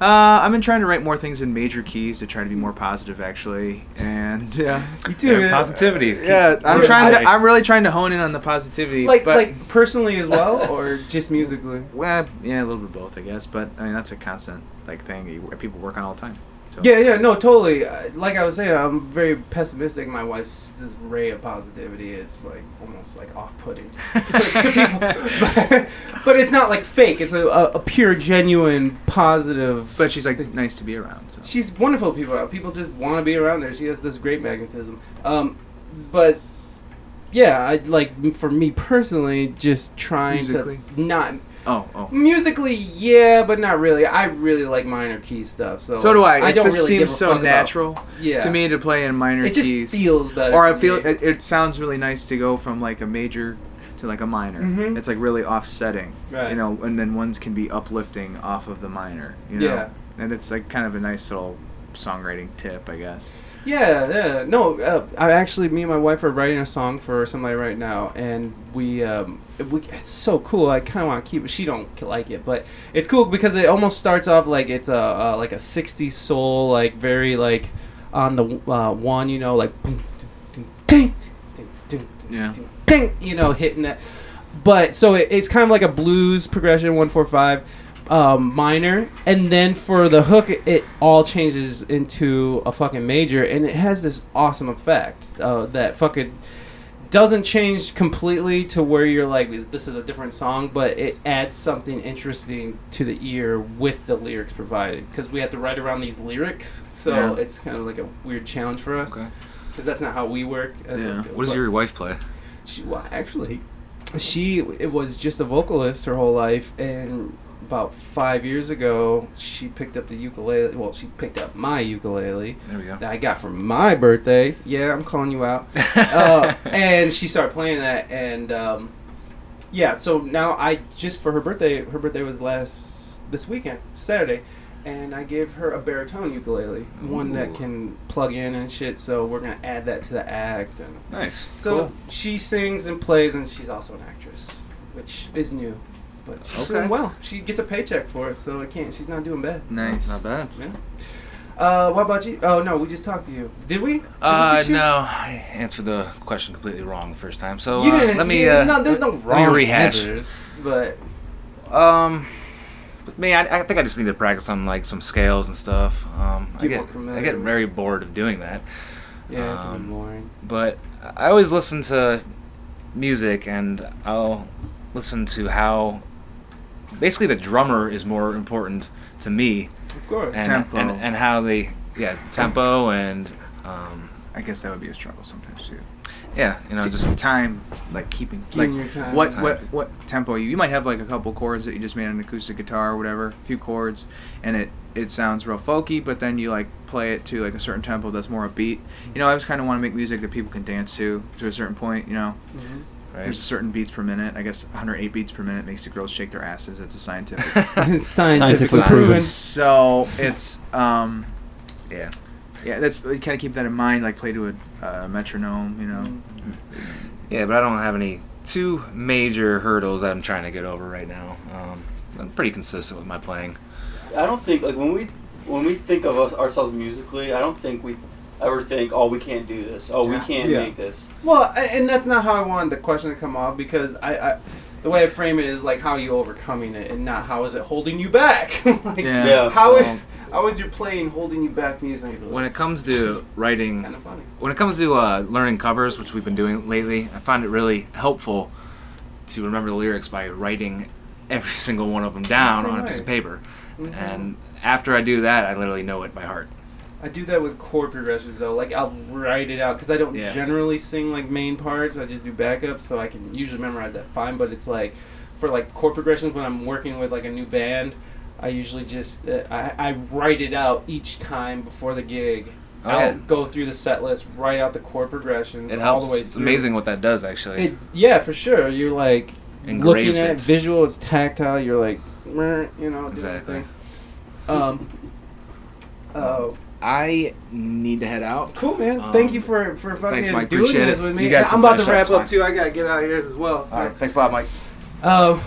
uh, I've been trying to write more things in major keys to try to be more positive, actually, and yeah, You do Yeah, positivity. yeah. I'm uh, Yeah, trying to. I- I'm really trying to hone in on the positivity. Like but, like personally as well, or just musically. Well, yeah, a little bit of both, I guess. But I mean, that's a constant like thing that you, people work on all the time. So. Yeah, yeah, no, totally. Uh, Like I was saying, I'm very pessimistic. My wife's this ray of positivity. It's like almost like off-putting. but, it's not like fake. It's a, a, a pure, genuine, positive. But she's like nice to be around. So. she's wonderful. People around. People just want to be around her. She has this great magnetism. Um, but yeah, I like for me personally, just trying Musically? to not Oh, oh. musically, yeah, but not really. I really like minor key stuff. So So do I. I it don't just really give a seems so fuck about- natural yeah. to me to play in minor it just keys. feels better. or I to feel me. it, it sounds really nice to go from like a major to like a minor. Mhm. It's like really offsetting, Right. you know. And then ones can be uplifting off of the minor, you know. Yeah. And it's like kind of a nice little songwriting tip, I guess. Yeah, yeah. No, uh, I actually, me and my wife are writing a song for somebody right now, and we, um, we it's so cool. I kind of want to keep it. She don't k- like it, but it's cool because it almost starts off like it's a uh, like a '60s soul, like very like on the uh, one, you know, like boom, ding, ding, ding, ding, ding, Yeah. ding, ding, you know, hitting that. But so it, it's kind of like a blues progression, one four five um, minor, and then for the hook, it all changes into a fucking major, and it has this awesome effect uh, that fucking doesn't change completely to where you're like, "Is- this is a different song, but it adds something interesting to the ear with the lyrics provided, because we have to write around these lyrics, so Yeah. it's kind of like a weird challenge for us, Okay. because that's not how we work. as a- Yeah. What does but- your wife play? she, well, actually, she it was just a vocalist her whole life, and about five years ago, she picked up the ukulele. Well, she picked up my ukulele There we go. that I got for my birthday. Yeah, I'm calling you out. uh, and she started playing that, and um, yeah, so now I just for her birthday, her birthday was last this weekend, Saturday, and I gave her a baritone ukulele, one Ooh. that can plug in and shit. So we're gonna add that to the act and. Nice. So Cool. she sings and plays, and she's also an actress, which is new. But she's Okay. doing well. She gets a paycheck for it, so it can't. She's not doing bad. Nice. Not bad. Uh, what about you? Oh no, we just talked to you. Did we? Did we Uh, get you? no, I answered the question completely wrong the first time. So You uh, didn't. let me. you- uh, no, there's no let me wrong rehash. answers, but Um, With me, I, I think I just need to practice on like some scales and stuff. Um, I Get get more familiar I get with- very bored of doing that. Yeah, it can Um, be boring. but I always listen to music and I'll listen to how basically the drummer is more important to me Of course. and Tempo. and, and how they yeah tempo and um, I guess that would be a struggle sometimes too. yeah you know T- just time, like keeping, Keeping like your time. what Time. what what tempo you you might have like a couple chords that you just made on acoustic guitar or whatever, a few chords, and it it sounds real folky, but then you like play it to like a certain tempo that's more upbeat. You know, I always kind of want to make music that people can dance to to a certain point. You know, Mm-hmm. there's a right? certain beats per minute. I guess 108 beats per minute makes the girls shake their asses. That's a scientific. Scientifically Science. proven. so it's um yeah yeah that's you kind of keep that in mind. Like play to a uh, metronome. You know, Mm-hmm. yeah but I don't have any two major hurdles that I'm trying to get over right now um, I'm pretty consistent with my playing I don't think like when we when we think of us ourselves musically, I don't think we ever think, oh, we can't do this. Oh, we can't Yeah. make this. Well, a- and that's not how I wanted the question to come off because I, I the way I frame it is like how are you overcoming it and not how is it holding you back. like, Yeah. Yeah. How Well- is how is your playing holding you back musically? when it comes to writing kind of funny. when it comes to uh, learning covers, which we've been doing lately, I find it really helpful to remember the lyrics by writing every single one of them down Same on a piece way. of paper. Mhm. And after I do that, I literally know it by heart. I do that with chord progressions though. Like I'll write it out because I don't Yeah. generally sing like main parts. I just do backups, so I can usually memorize that fine. But it's like for like chord progressions when I'm working with like a new band, I usually just uh, I, I write it out each time before the gig. Oh, I'll yeah. go through the set list, write out the chord progressions. It All helps. the way It's through. amazing what that does, actually. It, yeah, for sure. You're like looking Engraves at it. visual. It's tactile. You're like, meh, you know, doing Exactly. Thing. Um. Oh, I need to head out. Cool, man. Um, Thank you for for fucking thanks, Mike. doing Appreciate this it. with me. You guys I'm can about to finish wrap up. up too. I gotta get out of here as well. So, All right. Thanks a lot, Mike. um,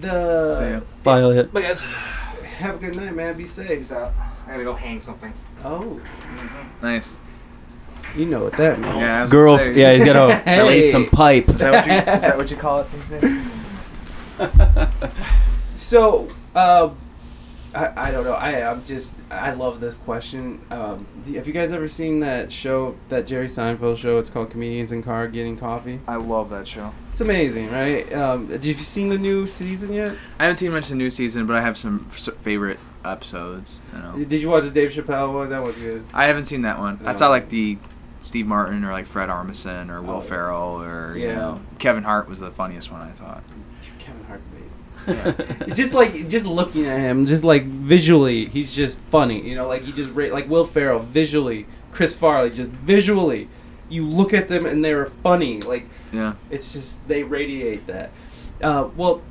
the Bye, Elliot. Bye, guys. have a good night, man. Be safe. out. I gotta go hang something. Oh, nice. you know what that means. Yeah, I was gonna Girl, say- yeah, he's gonna Hey. release some pipe. Is that what you, is that what you call it? these days? So, uh, I, I don't know. I I'm just I love this question. Um, do- have you guys ever seen that show that Jerry Seinfeld show? It's called Comedians in Car Getting Coffee. I love that show. It's amazing, right? Um, have you seen the new season yet? I haven't seen much of the new season, but I have some s- favorite episodes. You know. Did you watch the Dave Chappelle one? That was good. I haven't seen that one. I saw like the Steve Martin or like Fred Armisen or Will Oh. Ferrell or you Yeah. know Kevin Hart was the funniest one I thought. Dude, Kevin Hart's amazing. just like just looking at him, just like visually, he's just funny. You know, like he just ra- like Will Ferrell visually, Chris Farley just visually. You look at them and they're funny. Like Yeah. it's just they radiate that. Uh, well,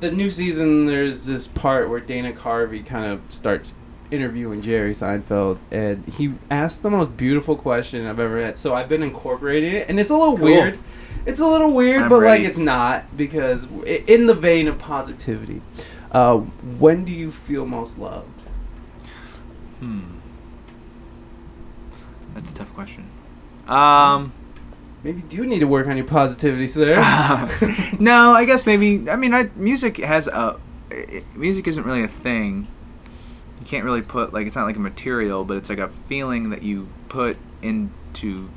the new season there's this part where Dana Carvey kind of starts interviewing Jerry Seinfeld, and he asked the most beautiful question I've ever had. So I've been incorporating it, and it's a little Cool. weird. It's a little weird, I'm but ready. like it's not because i- in the vein of positivity, uh, when do you feel most loved? Hmm. That's a tough question. Um. Maybe you do need to work on your positivity, sir. no, I guess maybe. I mean, I, music has a. i- music isn't really a thing. You can't really put like it's not like a material, but it's like a feeling that you put into.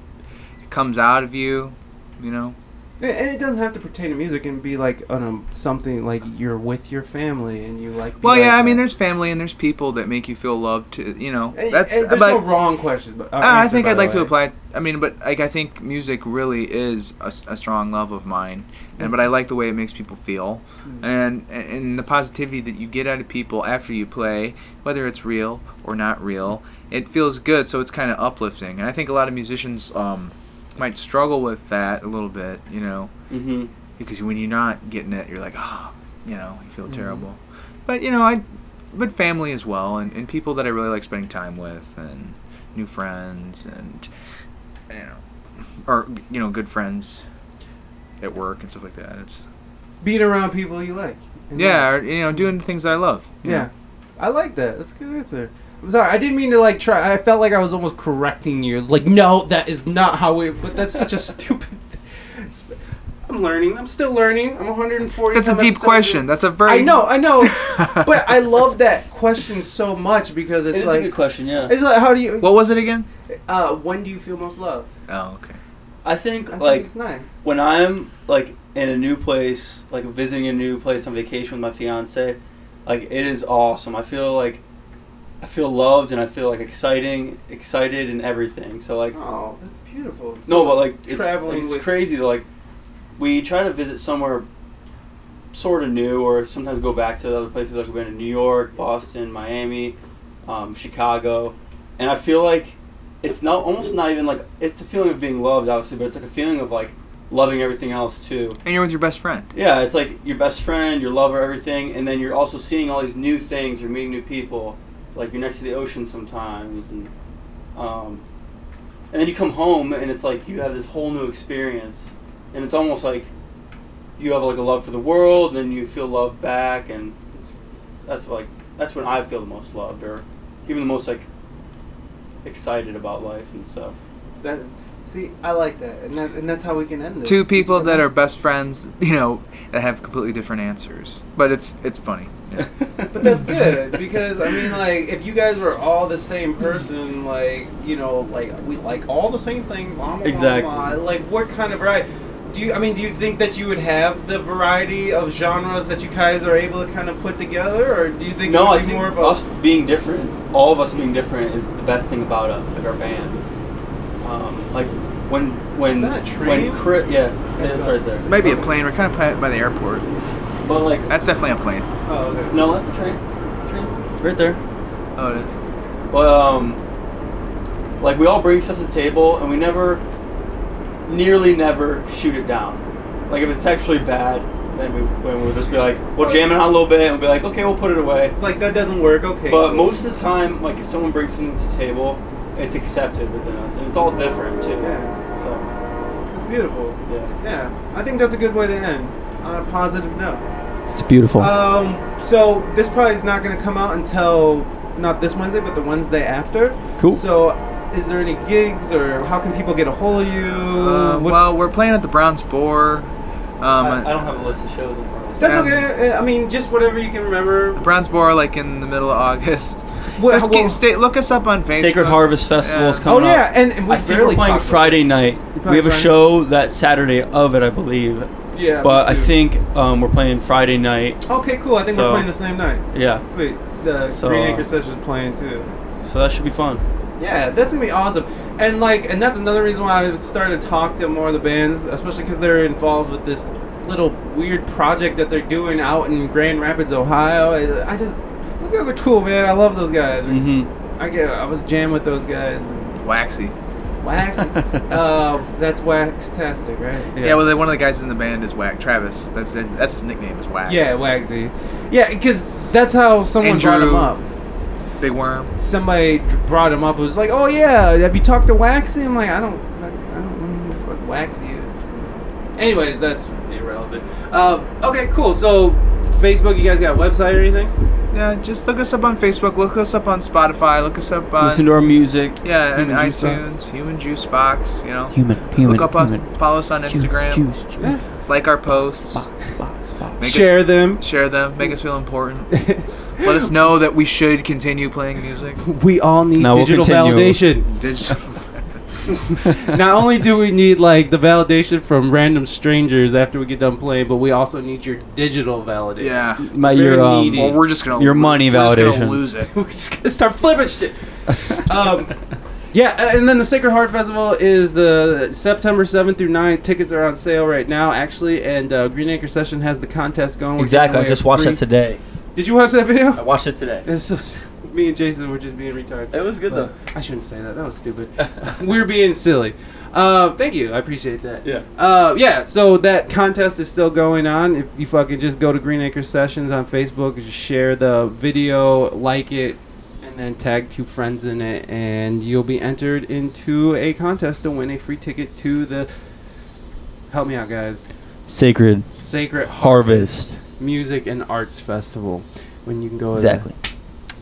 It comes out of you, you know. And and it doesn't have to pertain to music and be like on a, something like you're with your family and you like. be Well, like yeah. I mean, that. there's family and there's people that make you feel loved. To, you know, And- that's. and there's but no wrong question. But uh, Ah, I answer, think by I'd the like to way. apply. I mean, but like I think music really is a, s- a strong love of mine, and but I like the way it makes people feel, and and the positivity that you get out of people after you play, whether it's real or not real, it feels good. So it's kind of uplifting, and I think a lot of musicians um, might struggle with that a little bit, you know, Mm-hmm. because when you're not getting it, you're like, ah, you know, you feel terrible. But you know, I, but family as well, and, and people that I really like spending time with, and new friends, and you know, or you know, good friends at work and stuff like that. It's being around people you like. And yeah, or, you know, doing things that I love. Yeah. I like that. That's a good answer. I'm sorry, I didn't mean to like try. I felt like I was almost correcting you. Like, no, that is not how we. But that's such a stupid. I'm I'm learning. I'm still learning. I'm 140. That's a some deep episodes question. in. That's a very. I know, I know, but I love that question so much because It it's is like, a good question, yeah. it's like, how do you? What was it again? Uh, when do you feel most loved? Oh, okay. I think, I think like, it's nice. when I'm like in a new place, like visiting a new place on vacation with my fiance, like it is awesome. I feel like I feel loved and I feel like exciting, excited and everything. So like Oh, that's beautiful. It's no, so but like it's, traveling it's with- crazy. Like we try to visit somewhere sort of new, or sometimes go back to the other places. Like we've been to New York, Boston, Miami, um, Chicago, and I feel like it's not almost not even like it's a feeling of being loved, obviously, but it's like a feeling of like loving everything else too. And you're with your best friend. Yeah, it's like your best friend, your lover, everything, and then you're also seeing all these new things. You're meeting new people. Like you're next to the ocean sometimes, and um, and then you come home and it's like you have this whole new experience, and it's almost like you have like a love for the world, and then you feel love back, and it's, that's like that's when I feel the most loved, or even the most like excited about life and stuff. That, see, I like that, and that, and that's how we can end this. Two people You that know? are best friends, you know, that have completely different answers, but it's it's funny. Yeah. But that's good because I mean, like, if you guys were all the same person, like, you know, like we like all the same thing, blah, blah, blah, Exactly. blah, like, what kind of variety? Do you? I mean, do you think that you would have the variety of genres that you guys are able to kind of put together, or do you think it no, would I be think more about? us being different, all of us being different, is the best thing about us, like our band. Um, like when when Is that a train? when Chris, yeah, That's it's not- right there. Maybe a plane. We're kind of by- by the airport. But like, That's definitely a plane. Oh, okay. no, that's a train, train, right there. Oh, it is. But um, like we all bring stuff to the table, and we never, nearly never shoot it down. Like if it's actually bad, then we then we'll just be like, we'll jam it out a little bit, and we'll be like, okay, we'll put it away. It's like that doesn't work. Okay. But cool. most of the time, like if someone brings something to the table, it's accepted within us, and it's all different too. Yeah. So it's beautiful. yeah, Yeah, I think that's a good way to end on a positive note. It's beautiful. Um, so this probably is not going to come out until not this Wednesday, but the Wednesday after. Cool. So, is there any gigs or how can people get a hold of you? Uh, Um, What's- well, we're playing at the Browns Boar. Um, I, I don't have a list of shows in front of me. that's yeah. okay. Uh, I mean, just whatever you can remember. Browns Boar, like in the middle of August. What- Just what- get, stay, look us up on Facebook. Sacred Harvest Festival is Yeah. Oh coming yeah, up. and, and we I think we're barely playing talked about Friday night. We have a Friday. show that Saturday of it, I believe. it. Yeah, me But I too. think um, we're playing Friday night. Okay, cool. I think we're So- playing the same night. Yeah, Sweet. The So, Green uh, Acre Sessions playing too. so that should be fun. Yeah, that's gonna be awesome. And like, and that's another reason why I started to talk to more of the bands, especially because they're involved with this little weird project that they're doing out in Grand Rapids, Ohio. I, I just, those guys are cool, man. I love those guys. Mm-hmm. I get, I was jamming with those guys. Waxy. Wax, uh, that's Waxtastic, right? Yeah. well, the- one of the guys in the band is Wax. Travis. That's it, that's his nickname is Wax. Yeah, Wagsy. Yeah, because that's how someone brought him Andrew- up. Big Worm. somebody d- brought him up. Was like, "Oh yeah, have you talked to Waxy?" I'm like, "I don't, I don't know who the fuck Waxy is." Anyways, that's irrelevant. Uh, okay, cool. So, Facebook, you guys got a website or anything? Yeah, just look us up on Facebook. Look us up on Spotify. Look us up on Listen to our music. yeah, and Human Juice iTunes, Human Juice Box. You know, Human, look up us, follow us on Instagram, Yeah. like our posts, Make us- Share them. share them, make us feel important. Let us know that we should continue playing music. We all need Now we'll digital continue. validation. Digital. Not only do we need like the validation from random strangers after we get done playing, but we also need your digital validation. Yeah. My Very your um, needy. Well, we're just gonna Your money we're just validation. gonna lose it. we just gotta start flipping shit. um, yeah, a- and then the Sacred Heart Festival is the September 7th through 9th. Tickets are on sale right now, actually, and uh, Green Acre Session has the contest going. We're exactly. I giving away just a watched free- that today. Did you watch that I video? watched it today. It's so, s- me and Jason were just being retarded. It was good though. I shouldn't say that. That was stupid. we were being silly. Uh, thank you. I appreciate that. Yeah. Uh, yeah, so that contest is still going on. If you fucking just go to Green Acre Sessions on Facebook, just share the video, like it, and then tag two friends in it, and you'll be entered into a contest to win a free ticket to the. Help me out, guys. Sacred Sacred Harvest. Music and Arts Festival. When you can go to that. Exactly.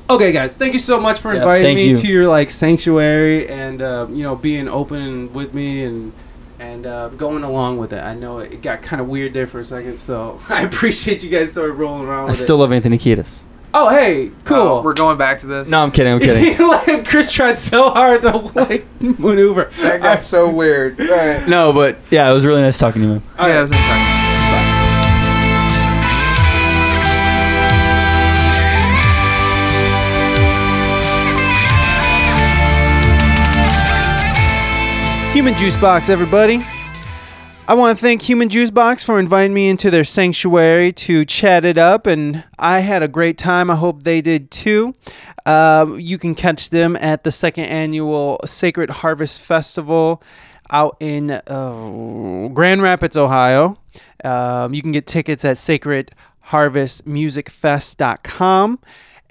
Okay, guys, thank you so much for Yeah, inviting thank me you. to your like sanctuary and uh, you know being open with me and and uh, going along with it. I know it got kind of weird there for a second, so I appreciate you guys sort of rolling around I with still love Anthony Kiedis. it. Oh, hey, cool. Uh, we're going back to this. No, I'm kidding. I'm kidding. Like, Chris tried so hard to like maneuver. That got so weird. All right. no, but yeah, it was really nice talking to you, man. Oh, yeah, I was gonna talk about Human Juice Box, everybody. I want to thank Human Juice Box for inviting me into their sanctuary to chat it up, and I had a great time. I hope they did too. Um, you can catch them at the second annual Sacred Harvest Festival out in uh, Grand Rapids, Ohio. Um, you can get tickets at sacredharvestmusicfest.com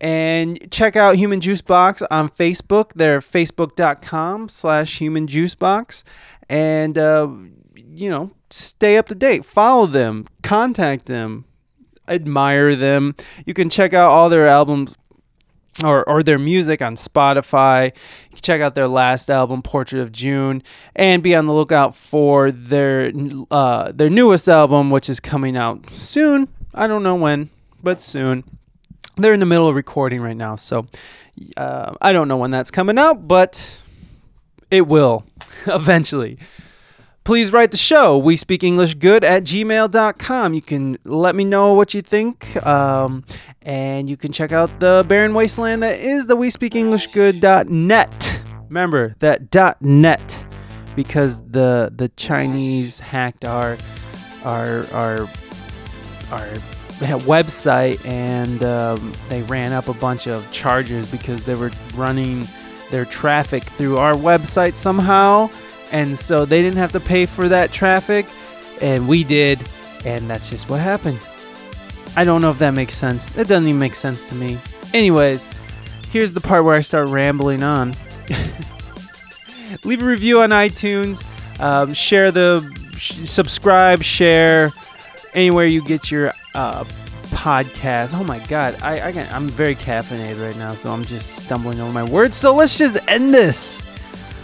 and check out Human Juice Box on Facebook. They're facebook.com slash human juice box. And, uh, you know, stay up to date. Follow them. Contact them. Admire them. You can check out all their albums or, or their music on Spotify. You can check out their last album, Portrait of June, and be on the lookout for their uh, their newest album, which is coming out soon. I don't know when, but soon. They're in the middle of recording right now, so uh, I don't know when that's coming out, but it will eventually please write the show we speak english good at gmail.com you can let me know what you think um, and you can check out the barren wasteland that is the we speak english good.net remember that dot net because the the chinese hacked our our our our website and um, they ran up a bunch of charges because they were running their traffic through our website somehow and so they didn't have to pay for that traffic and we did and that's just what happened i don't know if that makes sense it doesn't even make sense to me anyways here's the part where i start rambling on leave a review on itunes um, share the sh- subscribe share anywhere you get your uh, podcast oh my god I, I can, i'm very caffeinated right now so i'm just stumbling over my words so let's just end this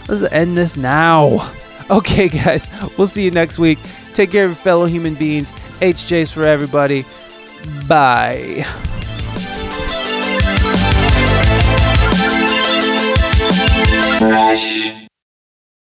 Let's end this now. Okay, guys, we'll see you next week. Take care of your fellow human beings. HJ's for everybody. Bye. Rush.